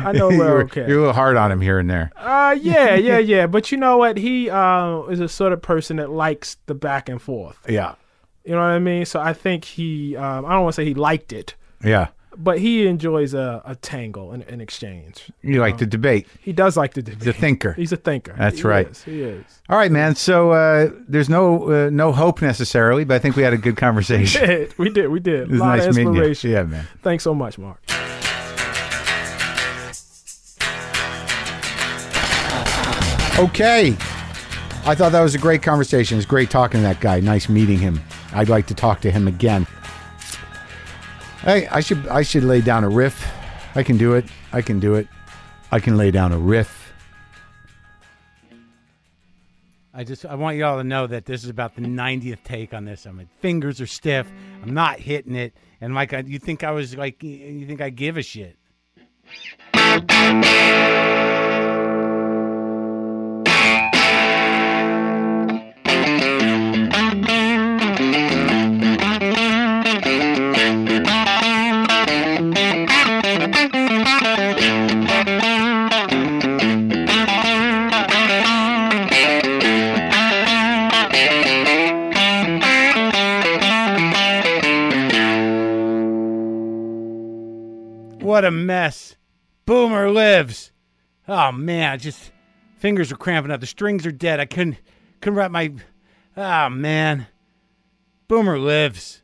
Speaker 2: I know
Speaker 1: you
Speaker 2: we're
Speaker 1: were- You're a
Speaker 2: okay.
Speaker 1: little hard on him here and there.
Speaker 2: Uh, yeah, yeah, yeah. But you know what? He uh, is a sort of person that likes the back and forth.
Speaker 1: Yeah.
Speaker 2: You know what I mean? So I think he. Um, I don't want to say he liked it,
Speaker 1: Yeah.
Speaker 2: but he enjoys a, a tangle and an exchange.
Speaker 1: You like to debate,
Speaker 2: He does like to do
Speaker 1: the thinker.
Speaker 2: He's a thinker.
Speaker 1: That's
Speaker 2: He
Speaker 1: right.
Speaker 2: is, he is.
Speaker 1: All right, man. So uh, there's no uh, no hope necessarily, but I think we had a good conversation.
Speaker 2: we did. We did.
Speaker 1: It was
Speaker 2: a lot
Speaker 1: nice
Speaker 2: of
Speaker 1: meeting you.
Speaker 2: inspiration.
Speaker 1: Yeah, man.
Speaker 2: Thanks so much, Mark.
Speaker 1: Okay. I thought that was a great conversation. It's great talking to that guy. Nice meeting him. I'd like to talk to him again. Hey, I should I should lay down a riff. I can do it. I can do it. I can lay down a riff.
Speaker 3: I just I want y'all to know that this is about the 90th take on this. I mean, fingers are stiff. I'm not hitting it. And like, I, you think I was like, y- you think I give a shit? What a mess. Boomer lives. Oh man, I just fingers are cramping up. The strings are dead. I couldn't couldn't wrap my. Oh man, Boomer lives.